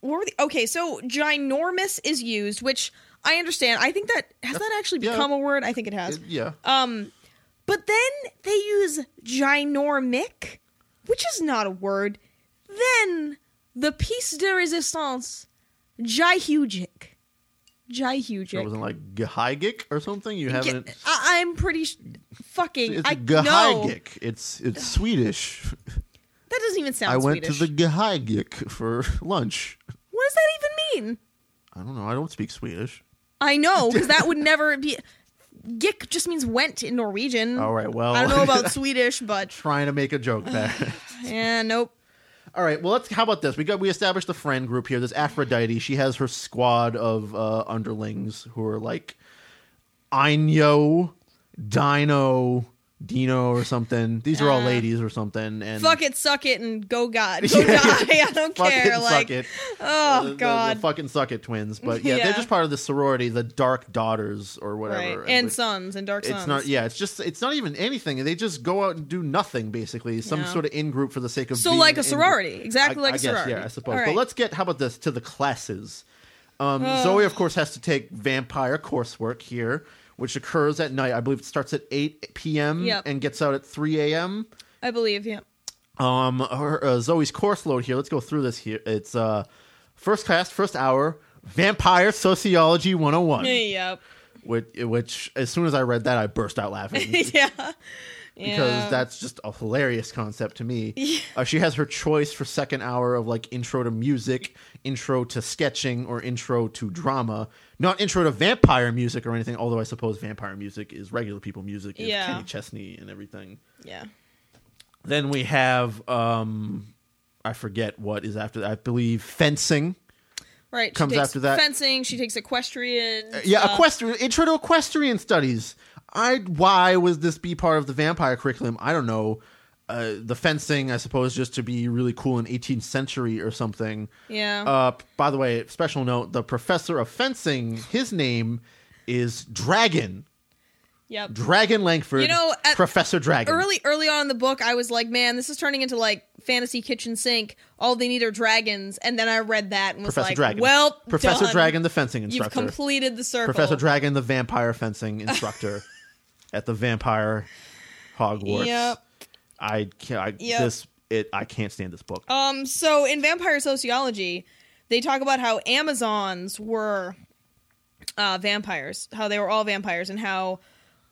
S2: what were the okay? So ginormous is used, which I understand. I think that has that actually
S1: yeah.
S2: become a word. I think it has.
S1: yeah.
S2: But then they use ginormic, which is not a word. Then the piece de resistance, gihugic,
S1: it
S2: gihugic.
S1: wasn't like Geheigik or something. You haven't.
S2: Ge- I- I'm pretty sh- fucking.
S1: it's
S2: I no, that
S1: Geheigik. It's it's Swedish.
S2: doesn't even sound.
S1: I went
S2: Swedish.
S1: to the Geheigik for <laughs> lunch.
S2: What does that even mean?
S1: I don't know. I don't speak Swedish.
S2: I know because that would never be. Gik just means went in Norwegian.
S1: All right. Oh, Well,
S2: Mm. I don't know about Swedish, but
S1: <laughs> trying to make a joke there.
S2: yeah, nope.
S1: <laughs> All right. Well, let's. How about this? We got. We established a friend group here. There's Aphrodite. She has her squad of uh, underlings who are like Inyo, Dino, Dino, or something. These are all
S2: Uh,
S1: ladies or something. And
S2: Fuck it, suck it, and go
S1: <laughs>
S2: God, go die. I don't
S1: Fuck
S2: care.
S1: it and
S2: like,
S1: suck it.
S2: oh
S1: The- the-
S2: God,
S1: the fucking suck it twins.
S2: <laughs>
S1: But yeah,
S2: Yeah.
S1: they're just part of the sorority, the Dark Daughters or whatever.
S2: right? And
S1: which-
S2: sons and dark
S1: it's
S2: sons.
S1: not. Yeah, it's just. It's not even anything. They just go out and do nothing. Basically, some
S2: Yeah.
S1: sort of in group for the sake of.
S2: So
S1: being
S2: like a
S1: in-group.
S2: sorority, exactly
S1: I-
S2: like
S1: I
S2: a
S1: guess,
S2: sorority.
S1: Yeah, I suppose.
S2: All
S1: But
S2: right.
S1: let's get how about this to the classes. Um,
S2: Ugh.
S1: Zoe, of course, has to take vampire coursework here, which occurs at night. I believe it starts at eight p.m.
S2: Yep.
S1: and gets out at three a.m.
S2: I believe.
S1: <laughs>
S2: Yeah.
S1: Um, her, uh, Zoe's course load here. Let's go through this here. It's uh, first class, first hour, vampire sociology one hundred and one.
S2: Yep. <laughs>
S1: Which, which, as soon as I read that, I burst out
S2: <laughs>
S1: laughing
S2: yeah.
S1: because
S2: Yeah.
S1: that's just a hilarious concept to me. Uh, she has her choice for second hour of like intro to music, intro to sketching, or intro to drama. Not intro to vampire music or anything, although I suppose vampire music is regular people music, is
S2: Yeah.
S1: Kenny Chesney and everything.
S2: Yeah.
S1: Then we have, um, I forget what is after that. I believe fencing.
S2: Right. She
S1: Comes
S2: takes
S1: after that.
S2: fencing. She takes equestrian.
S1: Yeah,
S2: uh,
S1: equestrian intro to equestrian studies. I why was this be part of the vampire curriculum? I don't know. Uh, the fencing, I suppose, just to be really cool in 18th century or something.
S2: Yeah.
S1: Uh, p- by the way, special note: the professor of fencing, his name is Dragon
S2: yep.
S1: Dragon Langford.
S2: You know, at-
S1: Professor Dragon.
S2: early early on in the book i was like man this is turning into like fantasy kitchen sink all they need are dragons and then i read that and was
S1: Professor
S2: like
S1: Dragon.
S2: well
S1: Professor
S2: done.
S1: Dragon, the fencing
S2: you've
S1: instructor.
S2: completed the circle
S1: Professor Dragon, the vampire fencing instructor at the vampire Hogwarts.
S2: Yep.
S1: I can't. I,
S2: Yep.
S1: This it. I can't stand this book.
S2: um so in vampire sociology they talk about how amazons were uh vampires how they were all vampires and how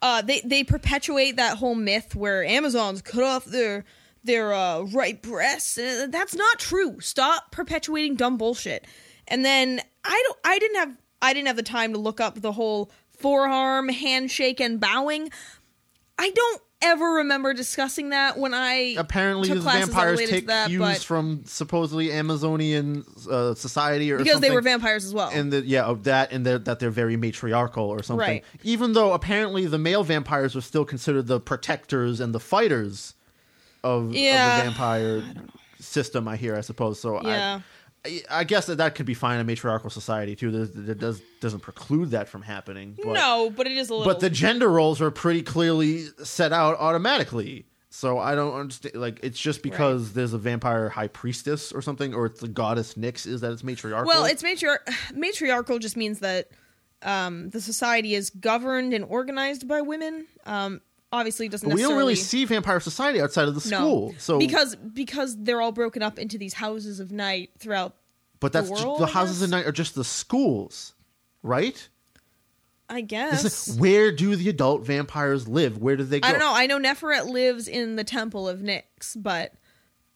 S2: uh they they perpetuate that whole myth where amazons cut off their their uh, right breasts Uh, that's not true stop perpetuating dumb bullshit and then i don't i didn't have i didn't have the time to look up the whole forearm handshake and bowing i don't ever remember discussing that when i
S1: Apparently,
S2: took
S1: the
S2: classes that
S1: vampires
S2: related to
S1: take
S2: that,
S1: cues
S2: but-
S1: from supposedly Amazonian uh, society or
S2: because they were
S1: something.
S2: vampires as well
S1: And that yeah, of that and that that they're very matriarchal or something.
S2: Right.
S1: Even though apparently the male vampires were still considered the protectors and the fighters of,
S2: Yeah.
S1: of the vampire system. I hear, I suppose. So
S2: Yeah.
S1: I, I, I guess that that could be fine in a matriarchal society too. There's- There, does doesn't preclude that from happening. But,
S2: no but it is a little
S1: but the gender roles are pretty clearly set out automatically. So I don't understand. Like it's just because there's a vampire high priestess or something, or it's the goddess Nyx is that it's matriarchal.
S2: Well, it's matriar- <sighs> matriarchal just means that um, the society is governed and organized by women. Um, obviously, it doesn't.
S1: But we don't
S2: Necessarily,
S1: really see vampire society outside of the
S2: no.
S1: school. So
S2: because because they're all broken up into these houses of night throughout.
S1: but that's
S2: the
S1: ju-
S2: world,
S1: the
S2: I
S1: houses at night are just the schools, right?
S2: I
S1: This
S2: guess.
S1: <laughs> is- where do the adult vampires live? Where do they go?
S2: I don't know. I know Neferet lives in the temple of Nyx, but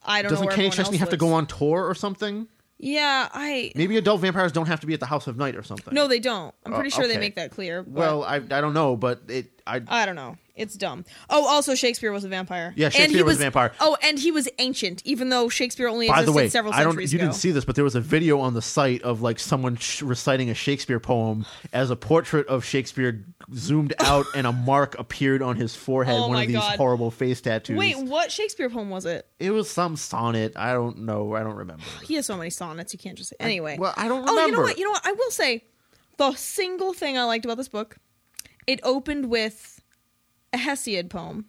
S2: I don't know.
S1: Doesn't
S2: where
S1: Kenny
S2: everyone
S1: Chesney
S2: else
S1: have to
S2: lives.
S1: go on tour or something?
S2: Yeah, I.
S1: Maybe adult vampires don't have to be at the House of Night or something.
S2: No, they don't. I'm
S1: Uh,
S2: pretty sure they
S1: okay.
S2: make that clear. but-
S1: Well, I I don't know, but it I
S2: I don't know. It's dumb. Oh, also Shakespeare was a vampire.
S1: Yeah,
S2: And
S1: Shakespeare
S2: he
S1: was a vampire.
S2: Oh, and he was ancient, even though Shakespeare only
S1: By
S2: existed
S1: the way,
S2: several
S1: I don't.
S2: centuries
S1: You
S2: ago.
S1: didn't see this, but there was a video on the site of like someone sh- reciting a Shakespeare poem as a portrait of Shakespeare zoomed out and a mark appeared on his forehead.
S2: Oh
S1: One
S2: my
S1: of these
S2: God.
S1: horrible face tattoos.
S2: Wait, what Shakespeare poem was it?
S1: it was some sonnet. I don't know. I don't remember.
S2: He has so many sonnets. You can't just say. Anyway.
S1: Well, I don't remember.
S2: oh, you know what? You know what? I will say the single thing I liked about this book, it opened with a Hesiod poem.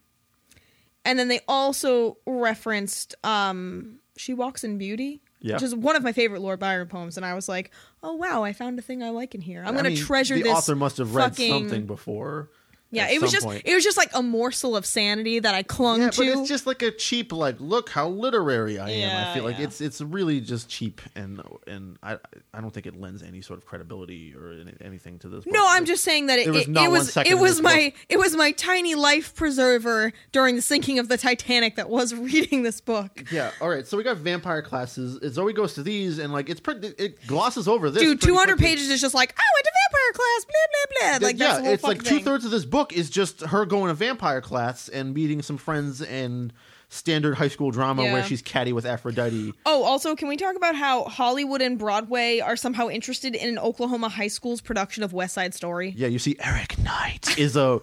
S2: And then they also referenced um She Walks in Beauty.
S1: Yeah.
S2: Which is one of my favorite Lord Byron poems, and I was like, "Oh wow, I found a thing I like in here. I'm
S1: I
S2: gonna
S1: mean,
S2: treasure
S1: the
S2: this."
S1: author must have read
S2: fucking-
S1: something before.
S2: Yeah,
S1: at
S2: it was
S1: some
S2: just
S1: point.
S2: it was just like a morsel of sanity that I clung
S1: yeah,
S2: to.
S1: but it's just like a cheap like look how literary I am.
S2: Yeah,
S1: I feel like
S2: yeah.
S1: it's it's really just cheap and and I I don't think it lends any sort of credibility or any- anything to this. book.
S2: No, I'm just saying that it,
S1: There was
S2: it,
S1: not
S2: it
S1: one
S2: was
S1: second
S2: it
S1: in
S2: was
S1: this
S2: my it was my tiny life preserver during the sinking of the Titanic that was <laughs> reading this book.
S1: Yeah, all right. So we got vampire classes. and Zoe goes to these, and like it's pretty. It glosses over this.
S2: Dude,
S1: pretty
S2: 200
S1: quickly.
S2: pages is just like "Oh, I went to vampire class, blah blah blah. Like
S1: yeah,
S2: that's the whole
S1: it's like
S2: fucking thing.
S1: two thirds of this book is just her going to vampire class and meeting some friends and standard high school drama
S2: Yeah.
S1: where she's catty with Aphrodite.
S2: Oh, also, can we talk about how Hollywood and Broadway are somehow interested in an Oklahoma high school's production of West Side Story?
S1: Yeah, you see, Eric Knight is a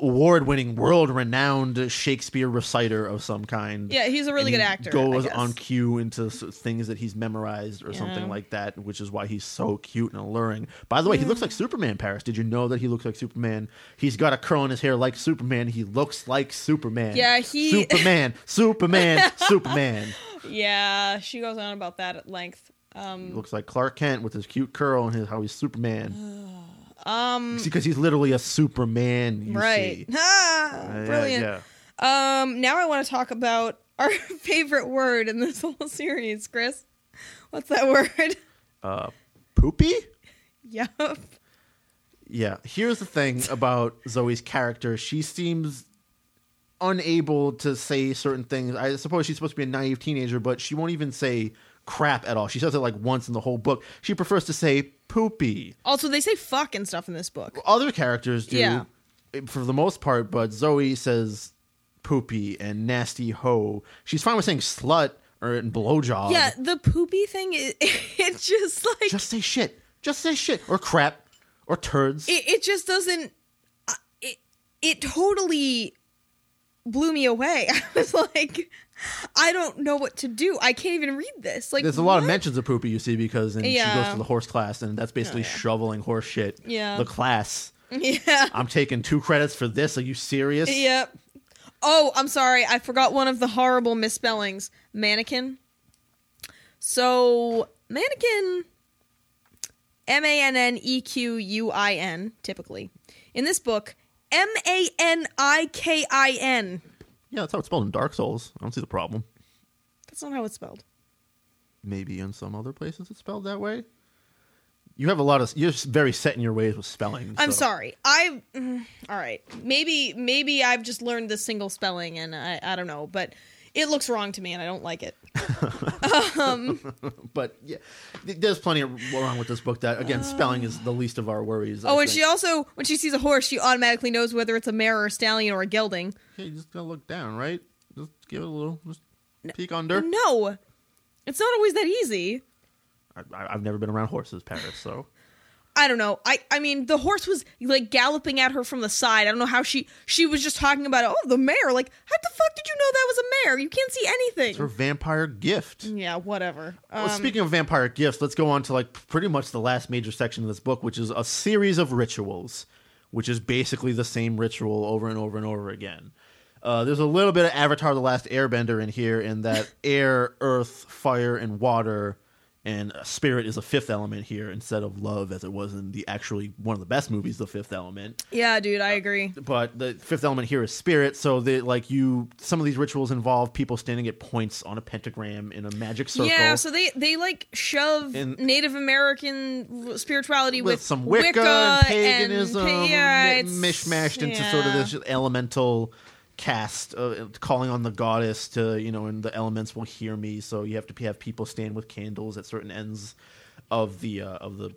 S1: award-winning, world-renowned Shakespeare reciter of some kind.
S2: Yeah, he's a really
S1: And
S2: good
S1: he
S2: actor, I
S1: Goes
S2: guess.
S1: on cue into s- things that he's memorized or
S2: Yeah.
S1: something like that, which is why he's so cute and alluring. By the way, he looks like Superman. Paris, did you know that he looks like Superman? He's got a curl in his hair like Superman. He looks like Superman.
S2: Yeah, he- <laughs>
S1: Superman, Superman, Superman.
S2: Yeah, she goes on about that at length. Um,
S1: He looks like Clark Kent with his cute curl and his, how he's Superman. Um, because he's literally a Superman. You
S2: Uh. right?
S1: see.
S2: Ah,
S1: Uh, yeah,
S2: brilliant.
S1: yeah.
S2: Um, now I want to talk about <laughs> our favorite word in this whole series, Chris. What's that word? <laughs>
S1: uh, poopy.
S2: yup.
S1: Yeah. Here's the thing about Zoe's character: she seems unable to say certain things. I suppose she's supposed to be a naive teenager, but she won't even say crap at all. She says it like once in the whole book. She prefers to say poopy.
S2: Also, they say fuck and stuff in this book.
S1: Other characters do,
S2: Yeah.
S1: for the most part, but Zoe says poopy and nasty hoe. She's fine with saying slut or and blowjob.
S2: Yeah, the poopy thing, it, <laughs> it um, just like,
S1: Just say shit. Just say shit or crap or turds.
S2: it, it just doesn't, I- it, it totally blew me away. <laughs> I was like, I don't know what to do. I can't even read this. Like,
S1: There's a lot of
S2: what?
S1: mentions of poopy you see because and she
S2: Yeah. Oh,
S1: goes to the horse class and that's basically
S2: yeah.
S1: shoveling horse shit.
S2: Yeah.
S1: The class.
S2: <laughs> Yeah.
S1: I'm taking two credits for this. Are you serious?
S2: Yep. Oh, I'm sorry. I forgot one of the horrible misspellings. Mannequin. So, mannequin M A N N E Q U I N typically. In this book, M A N I K I N.
S1: Yeah, that's how it's spelled in Dark Souls. I don't see the problem.
S2: That's not how it's spelled.
S1: Maybe in some other places it's spelled that way. You have a lot of you're just very set in your ways with spelling.
S2: I'm
S1: so-
S2: sorry. I mm, All right. Maybe maybe I've just learned the single spelling and I I don't know, but it looks wrong to me and I don't like it.
S1: but yeah, th- there's plenty wrong with this book. That again, spelling is the least of our worries. I
S2: Oh, and
S1: think.
S2: she also, when she sees a horse, she automatically knows whether it's a mare or a stallion or a gelding.
S1: Yeah, you just gotta look down, right? Just give it a little, just peek under.
S2: No, it's not always that easy.
S1: I, I- I've never been around horses, Paris, so.
S2: I don't know. I I mean, the horse was like galloping at her from the side. I don't know how she she was just talking about oh the mare. Like how the fuck did you know that was a mare? You can't see anything.
S1: It's her vampire gift.
S2: yeah, whatever.
S1: Well,
S2: Um,
S1: speaking of vampire gifts, let's go on to like pretty much the last major section of this book, which is a series of rituals, which is basically the same ritual over and over and over again. Uh, there's a little bit of Avatar: The Last Airbender in here,
S2: <laughs>
S1: in that air, earth, fire, and water, and spirit is a fifth element here instead of love, as it was in the actually one of the best movies, The Fifth Element
S2: yeah, dude, I agree.
S1: but the fifth element here is spirit so they like you some of these rituals involve people standing at points on a pentagram in a magic circle
S2: Yeah, so they they like shove
S1: And-
S2: Native American r- spirituality
S1: with,
S2: with,
S1: some Wicca, and paganism
S2: pa- yeah,
S1: mi-
S2: it's-
S1: mishmashed into sort of
S2: yeah.
S1: this elemental cast, uh, calling on the goddess to you know, and the elements will hear me. So you have to p- have people stand with candles at certain ends of the uh, of the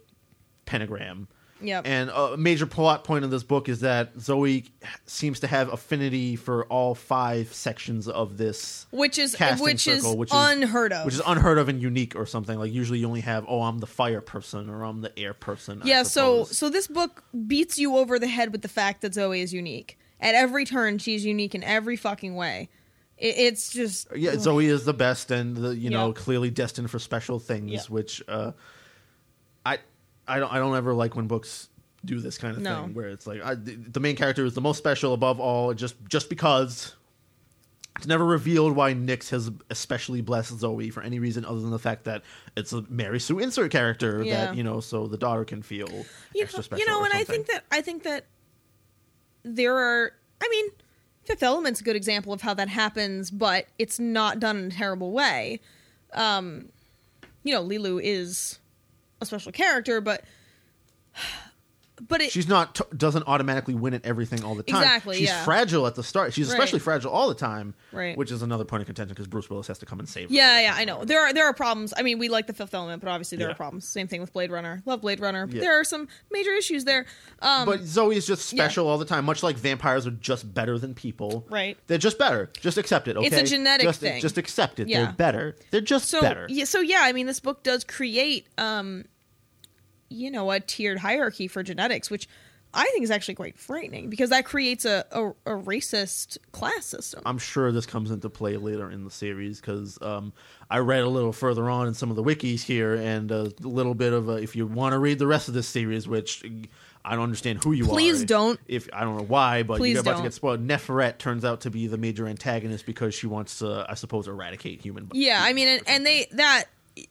S1: pentagram.
S2: Yep.
S1: And a major plot point of this book is that Zoe seems to have affinity for all five sections of this
S2: which is
S1: casting
S2: which
S1: circle,
S2: is
S1: which is-
S2: unheard of.
S1: which is unheard of and unique or something. Like usually you only have, oh, I'm the fire person or I'm the air person. I
S2: yeah. So
S1: suppose.
S2: so this book beats you over the head with the fact that Zoe is unique at every turn. She's unique in every fucking way. It, it's just
S1: Uh, yeah,
S2: ugh.
S1: Zoe is the best and the you know
S2: Yeah.
S1: clearly destined for special things,
S2: Yeah.
S1: which uh, I I don't I don't ever like when books do this kind of
S2: No.
S1: thing where it's like I, the the main character is the most special above all just just because. It's never revealed why Nix has especially blessed Zoe for any reason other than the fact that it's a Mary Sue insert character
S2: Yeah.
S1: that you know, so the daughter can feel
S2: you
S1: extra
S2: know,
S1: special.
S2: you know,
S1: or
S2: and I
S1: something.
S2: think that I think that there are. I mean, Fifth Element's a good example of how that happens, but it's not done in a terrible way. Um, you know, Lilu is a special character, but <sighs> but it
S1: she's not t- doesn't automatically win at everything all the time.
S2: Exactly,
S1: She's
S2: yeah.
S1: fragile at the start. She's especially
S2: Right.
S1: fragile all the time.
S2: Right.
S1: Which is another point of contention because Bruce Willis has to come and save her.
S2: Yeah, yeah, I know. There are there are problems. I mean, we like the Fifth Element, but obviously there
S1: Yeah.
S2: are problems. Same thing with Blade Runner. Love Blade Runner. But
S1: Yeah.
S2: There are some major issues there. Um,
S1: But Zoe is just special all the time, much like vampires are just better than people.
S2: Right.
S1: They're just better. Just accept it. Okay.
S2: It's a genetic
S1: just,
S2: thing.
S1: Just accept it.
S2: Yeah.
S1: They're better. They're just
S2: so
S1: better.
S2: yeah, so yeah, I mean, this book does create, um, you know, a tiered hierarchy for genetics, which I think is actually quite frightening because that creates a a, a racist class system.
S1: I'm sure this comes into play later in the series because um, I read a little further on in some of the wikis here, and a little bit of a, if you want to read the rest of this series, which I don't understand who you are.
S2: Please don't.
S1: If I don't know why, but
S2: Please
S1: you're about
S2: don't.
S1: to get spoiled. Neferet turns out to be the major antagonist because she wants to, I suppose, eradicate human.
S2: yeah, I mean, and,
S1: humans or
S2: and they that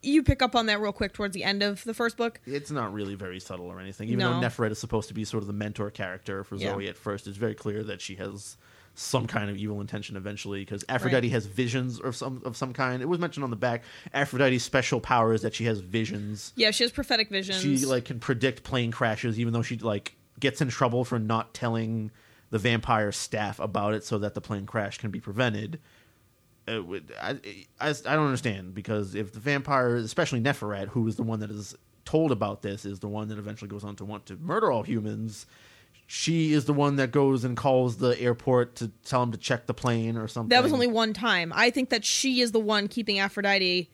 S2: you pick up on that real quick towards the end of the first book.
S1: it's not really very subtle or anything. Even
S2: No.
S1: though Neferet is supposed to be sort of the mentor character for
S2: Yeah.
S1: Zoe at first, it's very clear that she has some kind of evil intention eventually because Aphrodite has visions of some of some kind. It was mentioned on the back. Aphrodite's special power is that she has visions.
S2: Yeah, she has prophetic visions.
S1: She like can predict plane crashes, even though she like gets in trouble for not telling the vampire staff about it so that the plane crash can be prevented. It would- I, I, I don't understand because if the vampire, especially Neferet, who is the one that is told about this, is the one that eventually goes on to want to murder all humans. She is the one that goes and calls the airport to tell them to check the plane or something.
S2: That was only one time. I think that she is the one keeping Aphrodite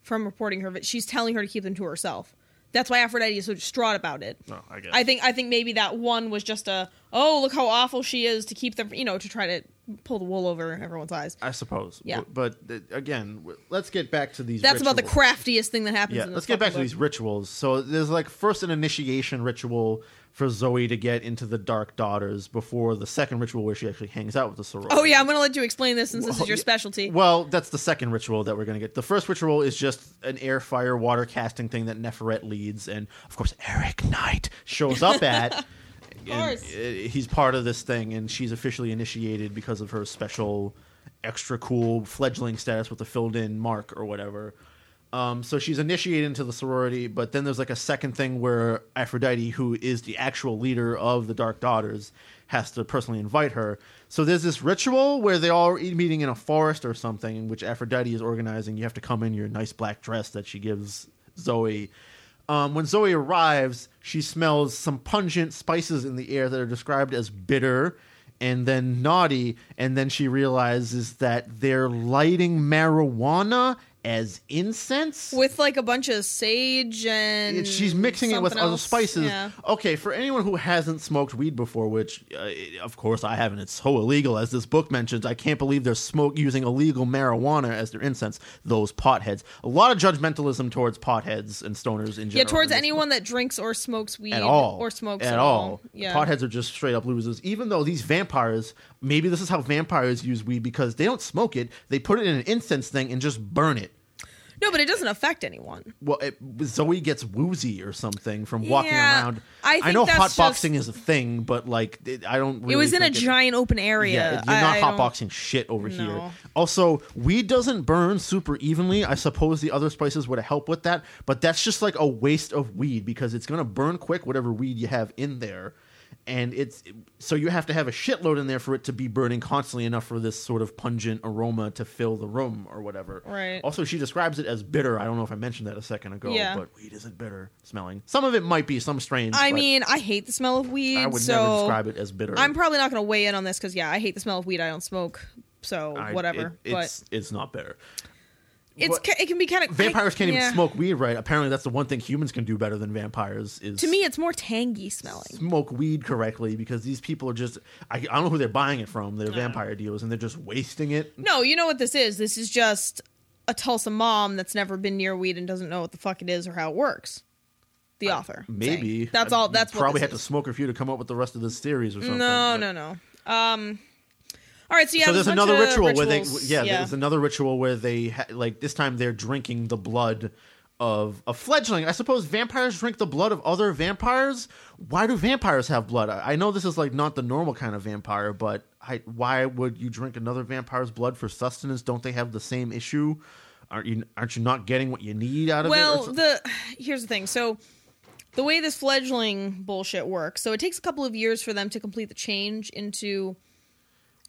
S2: from reporting her. But she's telling her to keep them to herself. That's why Aphrodite is so distraught about it.
S1: Oh, I guess.
S2: I think I think maybe that one was just a oh look how awful she is to keep them you know to try to pull the wool over everyone's eyes.
S1: I suppose.
S2: Yeah.
S1: But uh, again, w- let's get back to these.
S2: That's about the
S1: rituals.
S2: craftiest thing that happens.
S1: Yeah,
S2: in this
S1: let's get back
S2: fucking
S1: to these
S2: book.
S1: rituals. So there's like first an initiation ritual for Zoe to get into the Dark Daughters before the second ritual where she actually hangs out with the sorority.
S2: Oh yeah, I'm gonna let you explain this since this
S1: Well,
S2: is your
S1: yeah.
S2: specialty.
S1: Well, that's the second ritual that we're going to get. The first ritual is just an air, fire, water casting thing that Neferet leads, and of course Eric Knight shows up at.
S2: <laughs>
S1: and,
S2: course.
S1: uh, he's part of this thing, and she's officially initiated because of her special, extra cool fledgling status with the filled-in mark or whatever. Um, so she's initiated into the sorority, but then there's like a second thing where Aphrodite, who is the actual leader of the Dark Daughters, has to personally invite her. So there's this ritual where they all are meeting in a forest or something, in which Aphrodite is organizing. You have to come in your nice black dress that she gives Zoe. Um, when Zoe arrives, she smells some pungent spices in the air that are described as bitter and then naughty. And then she realizes that they're lighting marijuana as incense.
S2: With like a bunch of sage and
S1: And she's mixing it with
S2: something
S1: other
S2: else.
S1: spices.
S2: Yeah.
S1: Okay, for anyone who hasn't smoked weed before, which uh, it- of course I haven't, it's so illegal as this book mentions. I can't believe they're smoke using illegal marijuana as their incense. Those potheads. A lot of judgmentalism towards potheads and stoners in general.
S2: Yeah, towards
S1: in this
S2: anyone that drinks or smokes weed
S1: at all
S2: or smokes
S1: at all.
S2: Yeah.
S1: Potheads are just straight up losers. Even though these vampires, maybe this is how vampires use weed because they don't smoke it; they put it in an incense thing and just burn it.
S2: No, but it doesn't affect anyone.
S1: Well, it, Zoe gets woozy or something from walking
S2: Yeah,
S1: around.
S2: I think
S1: know
S2: that's
S1: hotboxing
S2: just-
S1: is a thing, but like it, I don't. Really
S2: it was in a
S1: think it-
S2: giant open area.
S1: Yeah, it-
S2: I-
S1: you're not
S2: I
S1: hotboxing
S2: don't-
S1: shit over
S2: No.
S1: here. Also, weed doesn't burn super evenly. I suppose the other spices would help with that, but that's just like a waste of weed because it's gonna burn quick whatever weed you have in there. and it's so you have to have a shitload in there for it to be burning constantly enough for this sort of pungent aroma to fill the room or whatever.
S2: Right.
S1: Also, she describes it as bitter. I don't know if I mentioned that a second ago,
S2: Yeah.
S1: but weed isn't bitter smelling. Some of it might be some strains.
S2: I
S1: but
S2: mean, I hate the smell of weed.
S1: I would
S2: so
S1: never describe it as bitter.
S2: I'm probably not going to weigh in on this because yeah, I hate the smell of weed. I don't smoke, so
S1: I-
S2: whatever.
S1: it- it's it's not bitter.
S2: but it's
S1: what-
S2: ca it can be kind of
S1: Vampires can't
S2: yeah.
S1: even smoke weed, right? Apparently, that's the one thing humans can do better than vampires. Is
S2: To me, it's more tangy smelling.
S1: smoke weed correctly because these people are just I, I don't know who they're buying it from they're vampire dealers and they're just wasting it
S2: No, you know what this is. This is just a Tulsa mom that's never been near weed and doesn't know what the fuck it is or how it works. The author. saying.
S1: maybe
S2: that's
S1: I-
S2: all.
S1: you
S2: That's what
S1: probably
S2: this
S1: had
S2: is.
S1: to smoke a few to come up with the rest of this series or something
S2: No, no,
S1: but-
S2: no. Um. All right, so yeah.
S1: so there's
S2: a bunch
S1: another
S2: of
S1: ritual where they
S2: rituals.
S1: yeah, there's another ritual where they ha- like this time they're drinking the blood of a fledgling i suppose vampires drink the blood of other vampires why do vampires have blood i I know this is like not the normal kind of vampire but I, why would you drink another vampire's blood for sustenance don't they have the same issue aren't you aren't you not getting what you need out of it or
S2: well
S1: so-
S2: the here's the thing so the way this fledgling bullshit works so it takes a couple of years for them to complete the change into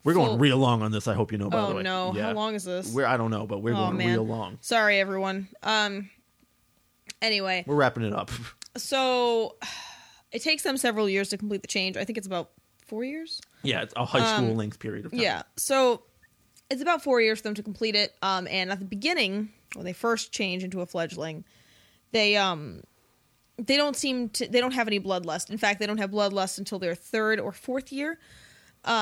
S1: we're going
S2: full-
S1: real long on this i hope you know by the
S2: oh
S1: way
S2: no
S1: Yeah.
S2: how long is this
S1: we're i don't know but we're
S2: oh
S1: going
S2: man
S1: real long
S2: sorry everyone um anyway
S1: we're wrapping
S2: <laughs>
S1: it up
S2: so it takes them several years to complete the change i think it's about four years
S1: yeah it's a high
S2: Um,
S1: school length period of time
S2: Yeah. So it's about four years for them to complete it. Um, and at the beginning, when they first change into a fledgling, they um they don't seem to they don't have any bloodlust. In fact, they don't have bloodlust until their third or fourth year. Um,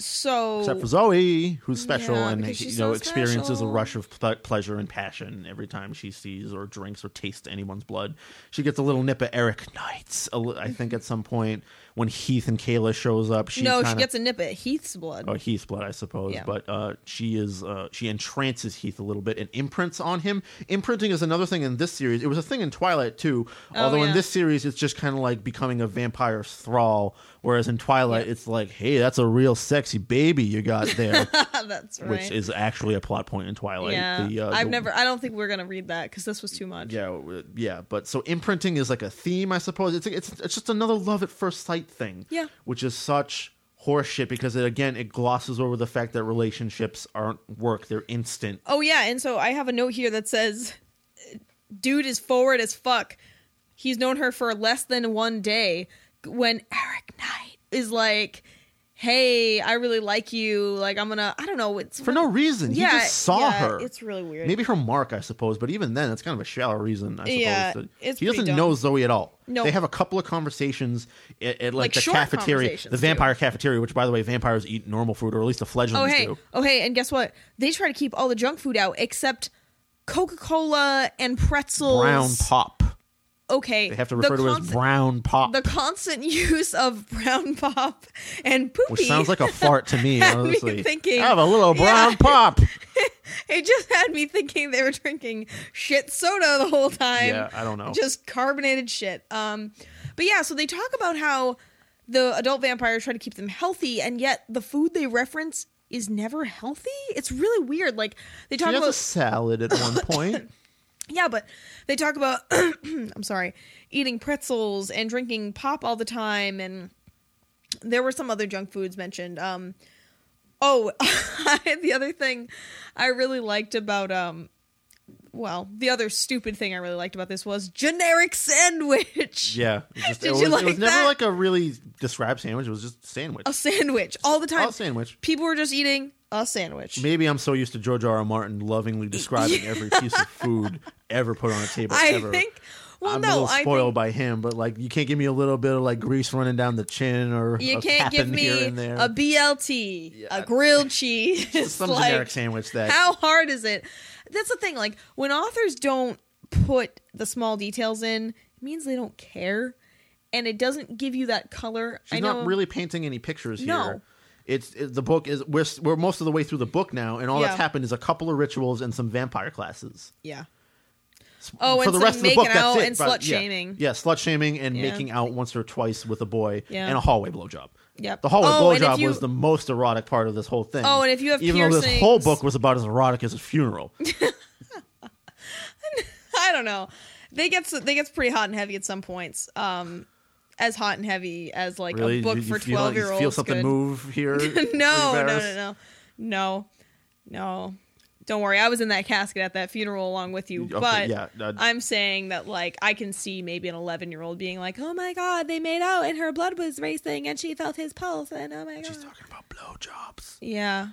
S2: so
S1: except for Zoe, who's special
S2: Oh, Yeah,
S1: and
S2: because
S1: you
S2: she's
S1: know
S2: so
S1: experiences
S2: special.
S1: a rush of ple- pleasure and passion every time she sees or drinks or tastes anyone's blood. She gets a little nip of Eric Knight's. a li- I think at some point when Heath and Kayla shows up, she
S2: no, she
S1: kinda-
S2: gets a nip at Heath's blood.
S1: Oh, Heath's blood, I suppose.
S2: Yeah.
S1: But uh, she is uh, she entrances Heath a little bit and imprints on him. Imprinting is another thing in this series. It was a thing in Twilight too. although
S2: Oh, yeah.
S1: in this series, it's just kind of like becoming a vampire's thrall. Whereas in Twilight,
S2: Yeah.
S1: it's like, hey, that's a real sexy baby you got
S2: <laughs>
S1: there.
S2: That's right.
S1: Oh, which is actually a plot point in Twilight.
S2: yeah,
S1: The, uh,
S2: I've
S1: the-
S2: never. I don't think we're gonna read that because this was too much.
S1: Yeah, w- yeah, but so imprinting is like a theme, I suppose. It's it's it's just another love at first sight thing.
S2: Yeah.
S1: which is such horseshit because it again it glosses over the fact that relationships aren't work; they're instant.
S2: Oh yeah, and so I have a note here that says, "Dude is forward as fuck. He's known her for less than one day." When Eric Knight is like, "Hey, I really like you. Like, I'm gonna. I don't know. It's
S1: For no reason,
S2: Yeah,
S1: he just saw
S2: yeah,
S1: her.
S2: It's really weird.
S1: Maybe her mark, I suppose, but even then, it's kind of a shallow reason. I suppose.
S2: Yeah,
S1: that-
S2: it's
S1: he
S2: pretty dumb.
S1: doesn't know Zoe at all.
S2: No.
S1: they have a couple of conversations at, at like,
S2: Like
S1: the
S2: short
S1: cafeteria,
S2: conversations,
S1: the
S2: too.
S1: vampire cafeteria. Which, by the way, vampires eat normal food, or at least the
S2: Oh
S1: fledglings
S2: hey,
S1: do.
S2: oh hey, and guess what? They try to keep all the junk food out except Coca Cola and pretzels.
S1: Brown pop.
S2: Okay,
S1: They have to
S2: the
S1: refer to it as
S2: const-
S1: brown pop,
S2: The constant <laughs> use of brown pop and poopy.
S1: which sounds like a fart to
S2: <laughs>
S1: me.
S2: Had me
S1: Honestly,
S2: thinking.
S1: I have a little brown
S2: Yeah. <laughs>
S1: pop.
S2: It just had me thinking they were drinking shit soda the whole time.
S1: Yeah, I don't know.
S2: Just carbonated shit. Um, but yeah, so they talk about how the adult vampires try to keep them healthy, and yet the food they reference is never healthy. It's really weird. Like they
S1: She
S2: talk
S1: has a
S2: about
S1: salad at one point.
S2: yeah, but they talk about <clears throat> I'm sorry, eating pretzels and drinking pop all the time and there were some other junk foods mentioned. Um oh, <laughs> the other thing I really liked about um well, the other stupid thing I really liked about this was generic sandwich.
S1: <laughs> Yeah, it, just,
S2: Did
S1: it
S2: you
S1: was,
S2: like
S1: it was never
S2: that? Oh,
S1: like a really described sandwich. It was just sandwich.
S2: A sandwich all the time.
S1: a sandwich.
S2: People were just eating a sandwich.
S1: Maybe I'm so used to George R. R. Martin lovingly describing every piece of
S2: <laughs>
S1: food ever put on a table.
S2: I
S1: ever.
S2: think well
S1: I'm a
S2: no,
S1: little
S2: I think
S1: spoiled by him, but like you can't give me a little bit of like grease running down the chin or
S2: you
S1: a
S2: can't give
S1: capon here
S2: me a
S1: and there.
S2: BLT,
S1: I-
S2: a grilled cheese, <laughs>
S1: Some
S2: like-
S1: generic sandwich that
S2: How hard is it? That's the thing. Like when authors don't put the small details in, it means they don't care, and it doesn't give you that color.
S1: She's
S2: I know.
S1: not really painting any pictures here.
S2: No.
S1: It's it, the book is we're s- we're most of the way through the book now, and all
S2: Yeah.
S1: that's happened is a couple of rituals and some vampire classes.
S2: Yeah. Oh,
S1: For
S2: and
S1: the
S2: some
S1: rest of the
S2: making
S1: book, that's
S2: out
S1: it.
S2: and
S1: but-
S2: slut
S1: yeah.
S2: shaming.
S1: yeah, slut shaming and
S2: Yeah.
S1: making out once or twice with a boy,
S2: Yeah.
S1: and a hallway blowjob.
S2: Yep.
S1: The hallway
S2: Oh, and if
S1: blowjob
S2: you- <laughs>
S1: was the most erotic part of this whole thing.
S2: Oh, and if you have
S1: even though this whole
S2: piercings-
S1: book was about as erotic as
S2: <laughs>
S1: a funeral,
S2: I don't know. They gets they gets pretty hot and heavy at some points. Um, as hot and heavy as like
S1: Really,
S2: a book
S1: you, you
S2: for
S1: feel,
S2: twelve year
S1: you
S2: olds.
S1: feel something move here?
S2: <laughs> no, no,
S1: Barris?
S2: no, no, no, no. Don't worry, I was in that casket at that funeral along with you.
S1: Okay,
S2: but
S1: yeah, uh,
S2: I'm saying that like I can see maybe an 11 year old being like, "Oh my god, they made out and her blood was racing and she felt his pulse and oh my god."
S1: She's talking about blowjobs.
S2: yeah.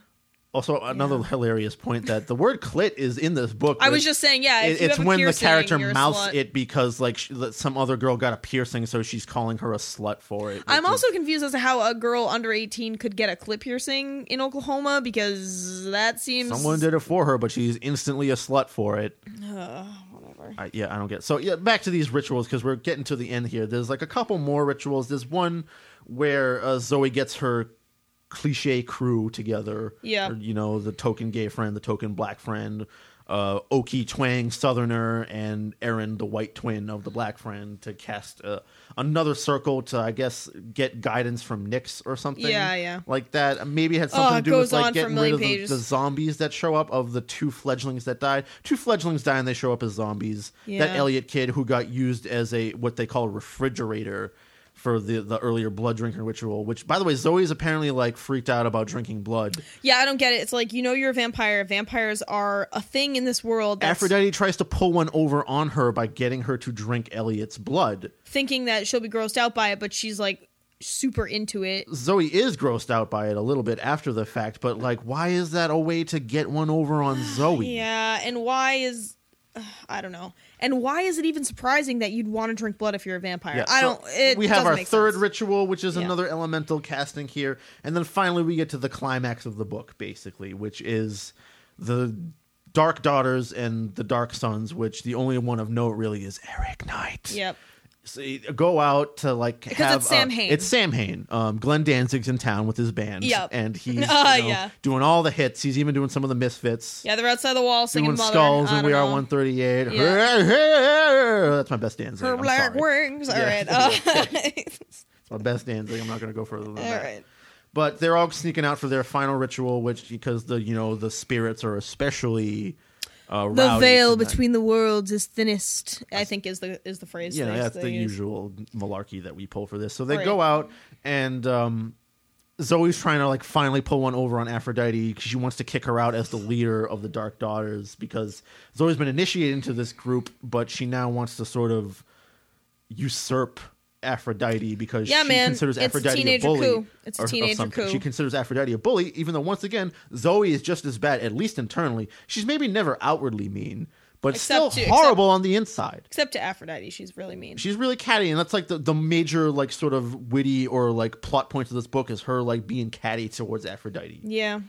S1: Also, another hilarious point that the word "clit" is in this book.
S2: I
S1: but
S2: was just saying, yeah, if
S1: it-
S2: you
S1: it's
S2: have a
S1: when the
S2: piercing,
S1: character
S2: you're a
S1: mouths
S2: slut.
S1: it because like sh that some other girl got a piercing, so she's calling her a slut for it.
S2: I'm
S1: which is-
S2: also confused as to how a girl under 18 could get a clip piercing in Oklahoma because that seems
S1: someone did it for her, but she's instantly a slut for it.
S2: Ugh, <sighs> whatever.
S1: I, yeah, I don't get. It. So yeah, back to these rituals because we're getting to the end here. There's like a couple more rituals. There's one where uh, Zoe gets her cliche crew together.
S2: Yeah.
S1: Or, you know the token gay friend, the token black friend, uh, Okie Twang Southerner, and Aaron, the white twin of the black friend, to cast uh, another circle to I guess get guidance from Nyx or something.
S2: Yeah, yeah.
S1: Like that. Maybe it had
S2: Oh,
S1: something
S2: it
S1: to do with
S2: goes on
S1: like
S2: for a
S1: getting rid
S2: million
S1: of the,
S2: pages.
S1: the zombies that show up of the two fledglings that died. Two fledglings die and they show up as zombies. That
S2: Yeah.
S1: Elliot kid who got used as a what they call refrigerator for the the earlier blood drinking ritual. Which, by the way, Zoe's apparently like freaked out about drinking blood.
S2: Yeah, I don't get it. It's like you know you're a vampire. Vampires are a thing in this world. That's
S1: Aphrodite tries to pull one over on her by getting her to drink Elliot's blood.
S2: thinking that she'll be grossed out by it, but she's like super into it.
S1: Zoe is grossed out by it a little bit after the fact, but like, why is that a way to get one over
S2: <sighs>
S1: on Zoe?
S2: Yeah, and why is ugh, I don't know. And why is it even surprising that you'd want to drink blood if you're a vampire?
S1: Yeah,
S2: I
S1: so
S2: don't. It
S1: we have
S2: doesn't
S1: our
S2: make
S1: third
S2: sense.
S1: ritual, which is
S2: Yeah.
S1: another elemental casting here, and then finally we get to the climax of the book, basically, which is the Dark Daughters and the Dark Sons, which the only one of note really is Eric Knight.
S2: Yep.
S1: So you go out to like
S2: Because
S1: have
S2: it's Sam
S1: uh,
S2: Hain.
S1: It's Sam Hain. Um, Glenn Danzig's in town with his band.
S2: Yep. <laughs>
S1: and he's you
S2: Uh,
S1: know,
S2: yeah.
S1: doing all the hits. He's even doing some of the Misfits.
S2: Yeah, they're outside the wall singing
S1: Doing
S2: mother.
S1: skulls
S2: I
S1: and we
S2: don't
S1: are
S2: know.
S1: one thirty eight.
S2: Yeah.
S1: That's my best Danzig.
S2: Her
S1: I'm
S2: black
S1: sorry.
S2: wings. All
S1: Yeah. <laughs>
S2: <laughs> right. Uh,
S1: My best Danzig. I'm not going to go further than
S2: all
S1: that.
S2: right.
S1: But they're all sneaking out for their final ritual, which because the you know the spirits are especially uh,
S2: The
S1: rowdy
S2: veil
S1: tonight.
S2: between the worlds is thinnest. I think is the is the phrase.
S1: you know
S2: they-
S1: that's the
S2: they use.
S1: usual malarkey that we pull for this. So they
S2: Right.
S1: go out and. um Zoe's trying to like finally pull one over on Aphrodite 'cause she wants to kick her out as the leader of the Dark Daughters because Zoe's been initiated into this group, but she now wants to sort of usurp Aphrodite because
S2: Yeah,
S1: she
S2: man,
S1: considers
S2: it's a
S1: Aphrodite a,
S2: teenager
S1: bully.
S2: coup. It's a
S1: or- or
S2: teenager
S1: something.
S2: coup.
S1: She considers Aphrodite a bully, even though once again Zoe is just as bad, at least internally. She's maybe never outwardly mean, but
S2: Except
S1: still
S2: to-
S1: horrible on the inside.
S2: Except to Aphrodite, she's really mean.
S1: She's really catty, and that's like the, the major like sort of witty or like plot points of this book is her like being catty towards Aphrodite.
S2: yeah.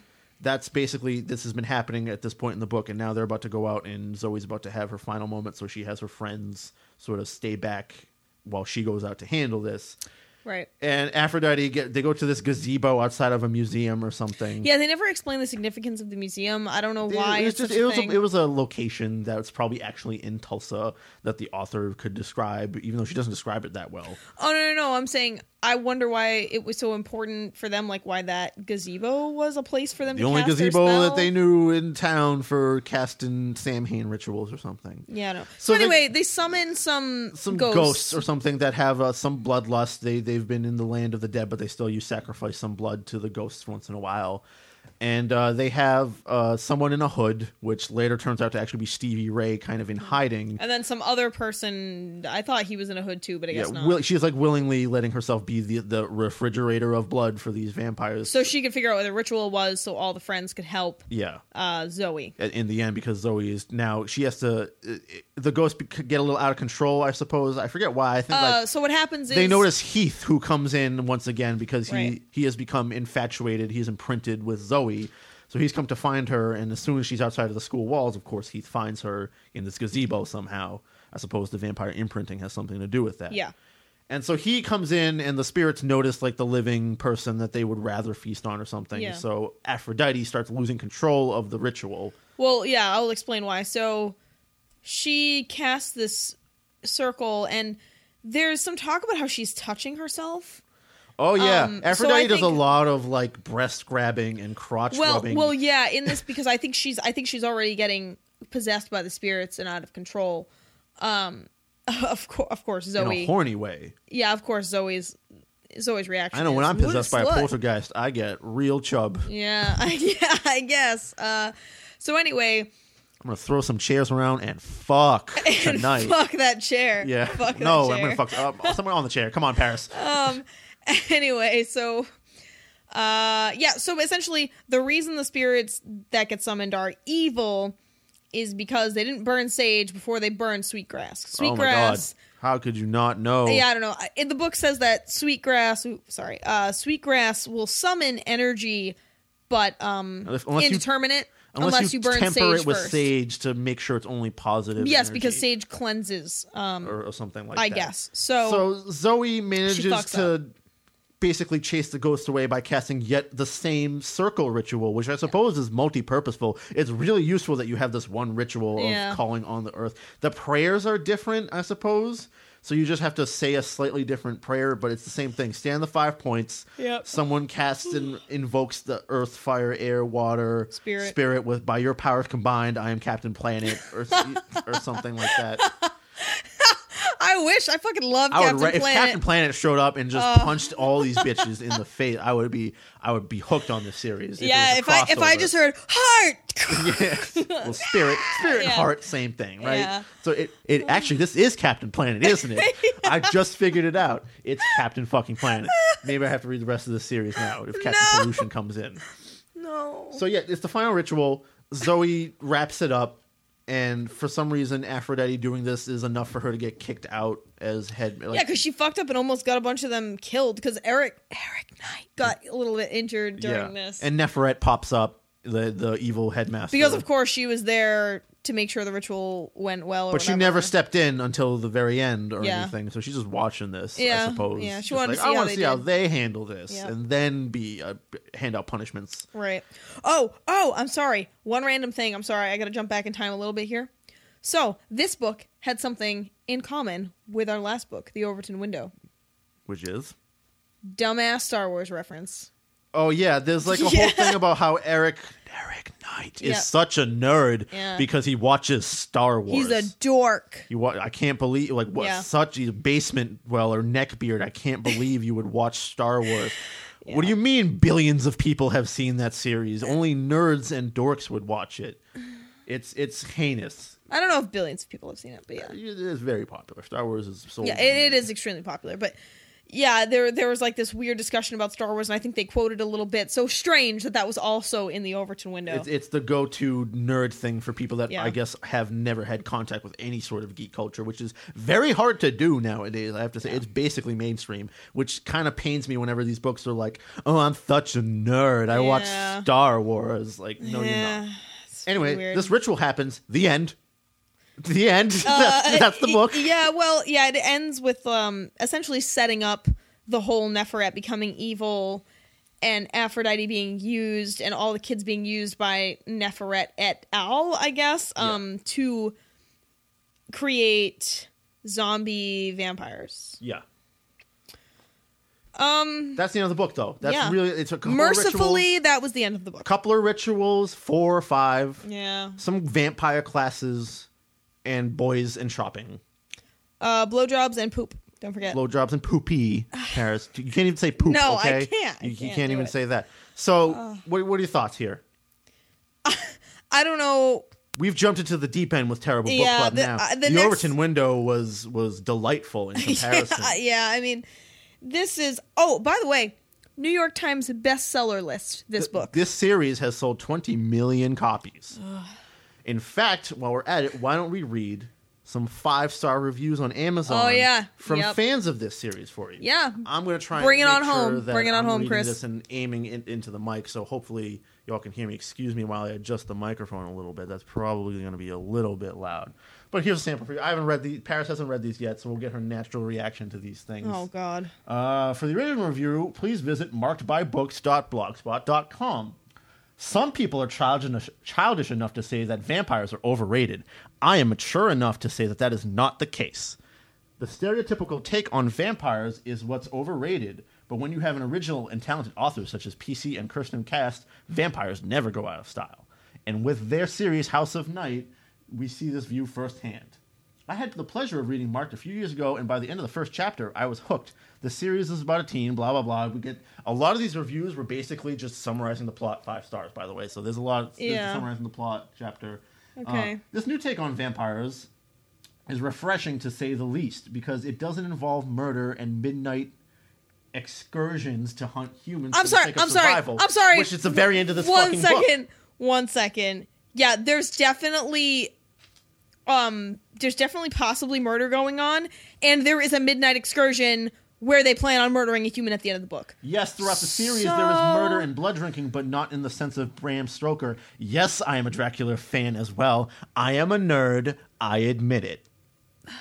S1: That's basically this has been happening at this point in the book, and now they're about to go out, and Zoe's about to have her final moment, so she has her friends sort of stay back while she goes out to handle this.
S2: Right.
S1: And Aphrodite get they go to this gazebo outside of a museum or something.
S2: Yeah, they never explain the significance of the museum. I don't know
S1: It-
S2: why.
S1: it was
S2: it's
S1: just
S2: such a
S1: it was, a,
S2: thing.
S1: it was a location that was probably actually in Tulsa that the author could describe, even though she doesn't describe it that well.
S2: Oh no, no, no! I'm saying I wonder why it was so important for them. Like why that gazebo was a place for them.
S1: the
S2: to
S1: only
S2: cast their
S1: gazebo that
S2: spell.
S1: they knew in town for casting Sam Hain rituals or something.
S2: Yeah. No. So,
S1: So they-
S2: anyway, they, summon some
S1: Some ghosts,
S2: ghosts.
S1: or something that have uh, some bloodlust. They they've been in the land of the dead, but they still use sacrifice some blood to the ghosts once in a while. And uh, they have uh, someone in a hood, which later turns out to actually be Stevie Ray, kind of in hiding.
S2: and then some other person. I thought he was in a hood too, but I guess not.
S1: will- she's like willingly letting herself be the the refrigerator of blood for these vampires.
S2: so she could figure out what the ritual was, so all the friends could help
S1: yeah,
S2: uh, Zoe.
S1: at- in the end because Zoe is now she has to uh, the ghosts be- could get a little out of control. I suppose I forget why. I think
S2: Uh,
S1: like
S2: so what happens is
S1: they notice Heath who comes in once again because he
S2: Right.
S1: he has become infatuated. He's imprinted with Zoe. So he's come to find her, and as soon as she's outside of the school walls, of course, Heath finds her in this gazebo somehow. I suppose the vampire imprinting has something to do with that.
S2: Yeah.
S1: And so he comes in, and the spirits notice like the living person that they would rather feast on or something.
S2: Yeah.
S1: So Aphrodite starts losing control of the ritual.
S2: Well, yeah, I'll explain why. So she casts this circle, and there's some talk about how she's touching herself.
S1: Oh yeah,
S2: Um, so
S1: Aphrodite
S2: I
S1: does a
S2: think-
S1: lot of like breast grabbing and crotch
S2: well,
S1: rubbing.
S2: well, yeah, in this because I think she's I think she's already getting possessed by the spirits and out of control. Um, <laughs> of, co- of course,
S1: in
S2: Zoe.
S1: a horny way.
S2: yeah, of course, Zoe's Zoe's reaction.
S1: I know when
S2: is,
S1: I'm
S2: "What a
S1: possessed by a
S2: slut."
S1: poltergeist, I get real chub. I'm
S2: Yeah, <laughs> I, yeah, I guess. Uh, so anyway,
S1: gonna throw some chairs around and fuck
S2: <laughs> and
S1: tonight.
S2: fuck that chair. <laughs>
S1: yeah,
S2: fuck
S1: no,
S2: that
S1: I'm gonna
S2: chair. Uh,
S1: fuck up someone on the chair. Come on, Paris.
S2: <laughs> anyway, so uh yeah, so essentially the reason the spirits that get summoned are evil is because they didn't burn sage before they burned sweetgrass.
S1: oh my god, Oh.
S2: Sweetgrass.
S1: how could you not know?
S2: Yeah, I don't know. I- In the book says that sweetgrass, ooh, sorry, uh sweetgrass will summon energy but um
S1: If- unless you-
S2: indeterminate unless, you, burn
S1: temper
S2: sage
S1: it with
S2: first.
S1: sage to make sure it's only positive.
S2: yes, because
S1: energy
S2: sage cleanses um
S1: or, or something like
S2: I
S1: that.
S2: guess.
S1: So Zoe manages
S2: fucks
S1: to basically chase the ghost away by casting yet the same circle ritual, which I suppose is multi-purposeful. It's really useful that you have this one ritual
S2: Yeah.
S1: of calling on the earth. The prayers are different, I suppose. So you just have to say a slightly different prayer, but it's the same thing. Stand the five points.
S2: Yep.
S1: Someone casts and invokes the earth, fire, air, water,
S2: Spirit.
S1: spirit with by your powers combined, I am Captain Planet, or <laughs> or something like that.
S2: I wish I fucking love
S1: I
S2: Captain
S1: would ra- if
S2: Planet. Uh.
S1: Captain Planet showed up and just punched all these bitches in the face, I would be I would be hooked on this series. it
S2: yeah,
S1: was a
S2: if I if I
S1: crossover.
S2: just heard heart <laughs>
S1: <laughs> yeah. well, spirit, spirit and
S2: Yeah.
S1: heart, same thing, right?
S2: Yeah.
S1: So it it actually this is Captain Planet,
S2: <laughs>
S1: isn't it? I just figured it out. It's Captain
S2: <laughs>
S1: fucking Planet. Maybe I have to read the rest of the series now if Captain
S2: No.
S1: Pollution comes in.
S2: No.
S1: So yeah, it's the final ritual. Zoe wraps it up, and for some reason, Aphrodite doing this is enough for her to get kicked out as head. Like,
S2: yeah, because she fucked up and almost got a bunch of them killed. Because Eric Eric Knight got a little bit injured during this.
S1: And Neferet pops up, the the evil headmaster.
S2: because of course she was there to make sure the ritual went well. Or
S1: But she
S2: whatever.
S1: never stepped in until the very end or
S2: Yeah.
S1: anything. So she's just watching this, I
S2: Yeah,
S1: suppose.
S2: yeah, she
S1: Just
S2: wanted to
S1: like,
S2: see
S1: I
S2: how
S1: want to
S2: they
S1: see how
S2: did."
S1: they handle this
S2: Yep.
S1: and then be uh, hand out punishments.
S2: Right. Oh, oh, I'm sorry. One random thing. I'm sorry. I got to jump back in time a little bit here. So this book had something in common with our last book, The Overton Window.
S1: Which is
S2: Dumbass Star Wars reference.
S1: Oh yeah,
S2: <laughs>
S1: there's like a whole
S2: Yeah.
S1: thing about how Eric Eric Knight is
S2: Yeah.
S1: such a nerd
S2: Yeah.
S1: because he watches Star Wars.
S2: He's a dork.
S1: You wa- I can't believe like what
S2: Yeah.
S1: such a basement well or neckbeard. I can't believe you would watch
S2: <sighs>
S1: Star Wars. What do you mean billions of people have seen that series? Only nerds and dorks would watch it. It's it's heinous.
S2: I don't know if billions of people have seen it, but yeah.
S1: It is very popular. Star Wars is sold.
S2: Yeah, it, it is extremely popular. But yeah, there there was like this weird discussion about Star Wars, and I think they quoted a little bit. So strange that that was also in the Overton window.
S1: It's, it's the go-to nerd thing for people that
S2: Yeah.
S1: I guess have never had contact with any sort of geek culture, which is very hard to do nowadays. I have to say, it's basically mainstream, which kind of pains me whenever these books are like, "Oh, I'm such a nerd. I watch
S2: Yeah.
S1: Star Wars." Like, no,
S2: <laughs>
S1: you're
S2: yeah,
S1: not.
S2: it's
S1: Anyway,
S2: weird.
S1: this ritual happens. The end. The end. <laughs>
S2: Uh,
S1: that's, that's the
S2: Y-
S1: book.
S2: Yeah, well, yeah, it ends with um essentially setting up the whole Neferet becoming evil and Aphrodite being used and all the kids being used by Neferet et al, I guess,
S1: Yeah.
S2: um to create zombie vampires.
S1: yeah.
S2: Um
S1: That's the end of the book, though. That's
S2: Yeah.
S1: really it's a couple of
S2: mercifully
S1: rituals,
S2: that was the end of the book.
S1: coupler rituals, four or five.
S2: Yeah.
S1: some vampire classes and boys and shopping.
S2: Uh blowjobs and poop. Don't forget.
S1: Blowjobs and poopy, Paris. You can't even say poop.
S2: No, I
S1: okay?
S2: can't. I
S1: You, you
S2: can't
S1: can't
S2: do
S1: even
S2: it.
S1: say that. So, what, what are your thoughts here?
S2: I don't know <laughs>
S1: We've jumped into the deep end with terrible
S2: Yeah,
S1: book club
S2: the-
S1: now.
S2: uh, the
S1: the
S2: next-
S1: Overton window was was delightful in comparison.
S2: <laughs> Yeah, yeah, I mean, this is. Oh, by the way, New York Times bestseller list. This book.
S1: This series has sold 20 million copies. In fact, while we're at it, why don't we read some five star reviews on Amazon
S2: Oh, yeah.
S1: from
S2: Yep.
S1: fans of this series for you?
S2: Yeah.
S1: I'm going to try
S2: Bring
S1: and
S2: it on
S1: make sure
S2: home.
S1: that
S2: Bring it on
S1: I'm
S2: home,
S1: reading
S2: Chris.
S1: This and aiming it into the mic, so hopefully y'all can hear me. Excuse me while I adjust the microphone a little bit. That's probably going to be a little bit loud. But here's a sample for you. I haven't read these. Paris hasn't read these yet, so we'll get her natural reaction to these things.
S2: oh God.
S1: Uh, for the original review, please visit markedbybooks.blogspot.com. Some people are childish, childish enough to say that vampires are overrated. I am mature enough to say that that is not the case. The stereotypical take on vampires is what's overrated, but when you have an original and talented author such as PC and Kirsten Cast, vampires never go out of style. And with their series House of Night, we see this view firsthand. I had the pleasure of reading Marked a few years ago, and by the end of the first chapter, I was hooked. The series is about a teen, blah blah blah. We get a lot of these reviews were basically just summarizing the plot five stars, by the way. So there's a lot of there's
S2: Yeah.
S1: a summarizing the plot chapter. Uh,
S2: Okay.
S1: this new take on vampires is refreshing to say the least because it doesn't involve murder and midnight excursions to hunt humans.
S2: I'm
S1: for the
S2: sorry,
S1: sake of
S2: I'm sorry,
S1: survival,
S2: I'm sorry.
S1: Which is the very end of this
S2: One
S1: fucking
S2: second,
S1: book.
S2: one second. Yeah, there's definitely um there's definitely possibly murder going on and there is a midnight excursion where they plan on murdering a human at the end of the book.
S1: Yes, throughout the series, there is murder
S2: So-
S1: and blood drinking, but not in the sense of Bram Stoker. Yes, I am a Dracula fan as well. I am a nerd. I admit it. <sighs>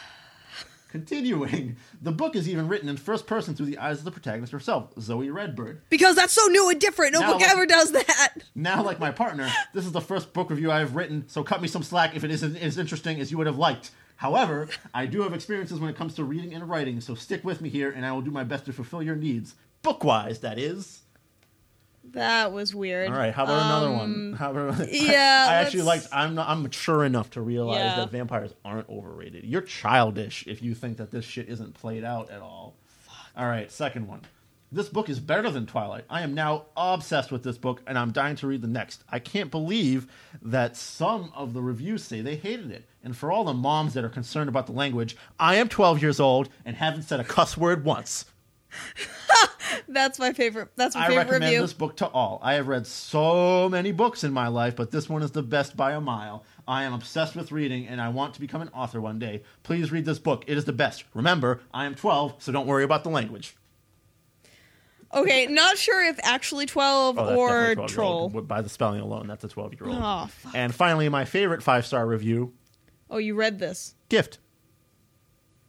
S1: Continuing, the book is even written in first person through the eyes of the protagonist herself, Zoe Redbird.
S2: Because that's so new and different. No
S1: Now,
S2: book
S1: like-
S2: ever does that. <laughs>
S1: Now, like my partner, this is the first book review I have written, so cut me some slack if it isn't as interesting as you would have liked. However, I do have experiences when it comes to reading and writing, so stick with me here, and I will do my best to fulfill your needs. Bookwise, that is.
S2: That was weird. Um,
S1: All right, how about another one? <laughs> How about
S2: yeah,
S1: <laughs> I, actually
S2: let's-
S1: liked. I'm not. I'm mature enough to realize
S2: Yeah.
S1: that vampires aren't overrated. You're childish if you think that this shit isn't played out at all. All right, second one. This book is better than Twilight. I am now obsessed with this book, and I'm dying to read the next. I can't believe that some of the reviews say they hated it. And for all the moms that are concerned about the language, I am 12 years old and haven't said a cuss word once.
S2: That's my favorite. That's my
S1: I
S2: favorite
S1: recommend
S2: review.
S1: this book to all. I have read so many books in my life, but this one is the best by a mile. I am obsessed with reading and I want to become an author one day. Please read this book. It is the best. Remember, I am 12, so don't worry about the language.
S2: Okay, not sure if actually 12
S1: Oh,
S2: or troll.
S1: By the spelling alone, that's a 12 year old.
S2: Oh, fuck.
S1: And finally, my favorite five star review
S2: Oh, you read this.
S1: gift.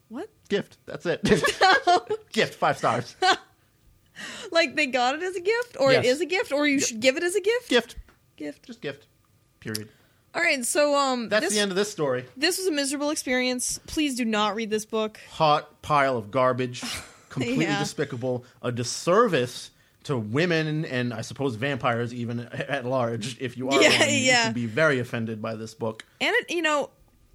S2: What?
S1: Gift. That's <laughs> it. gift. Five <laughs> stars.
S2: Like they got it as a gift or it
S1: Yes.
S2: is a gift or you should give it as a gift?
S1: gift.
S2: Gift.
S1: Just gift. Period.
S2: All right, so um
S1: That's
S2: this
S1: the end of this story.
S2: this was a miserable experience. Please do not read this book.
S1: hot pile
S2: <laughs>
S1: of garbage, completely
S2: Yeah.
S1: despicable, a disservice to women and I suppose vampires even at large. If you are
S2: Yeah,
S1: one, you
S2: yeah.
S1: can be very offended by this book.
S2: And it, you know,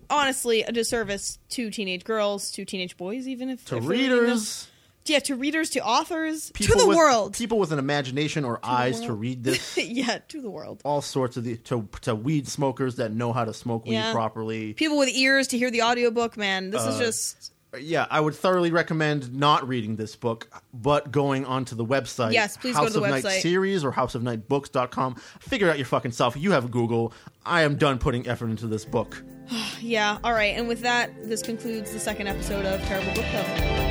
S2: honestly, a disservice to teenage girls, to teenage boys even if
S1: To
S2: if they're reading this.
S1: readers,
S2: Yeah, to readers, to authors, to the
S1: with,
S2: world.
S1: people with an imagination or eyes to
S2: world.
S1: read
S2: <laughs>
S1: this,
S2: yeah, to the world.
S1: all sorts of the to to weed smokers that know how to smoke weed
S2: Yeah.
S1: properly.
S2: People with ears to hear the audiobook, man. This
S1: Uh,
S2: is just
S1: yeah, I would thoroughly recommend not reading this book, but going onto the website.
S2: Yes, please go
S1: House
S2: to the
S1: of
S2: website.
S1: Night series or houseofnightbooks.com. Figure it out your fucking self. You have Google. I am done putting effort into this book.
S2: yeah, all right. And with that, this concludes the second episode of Terrible Book Club.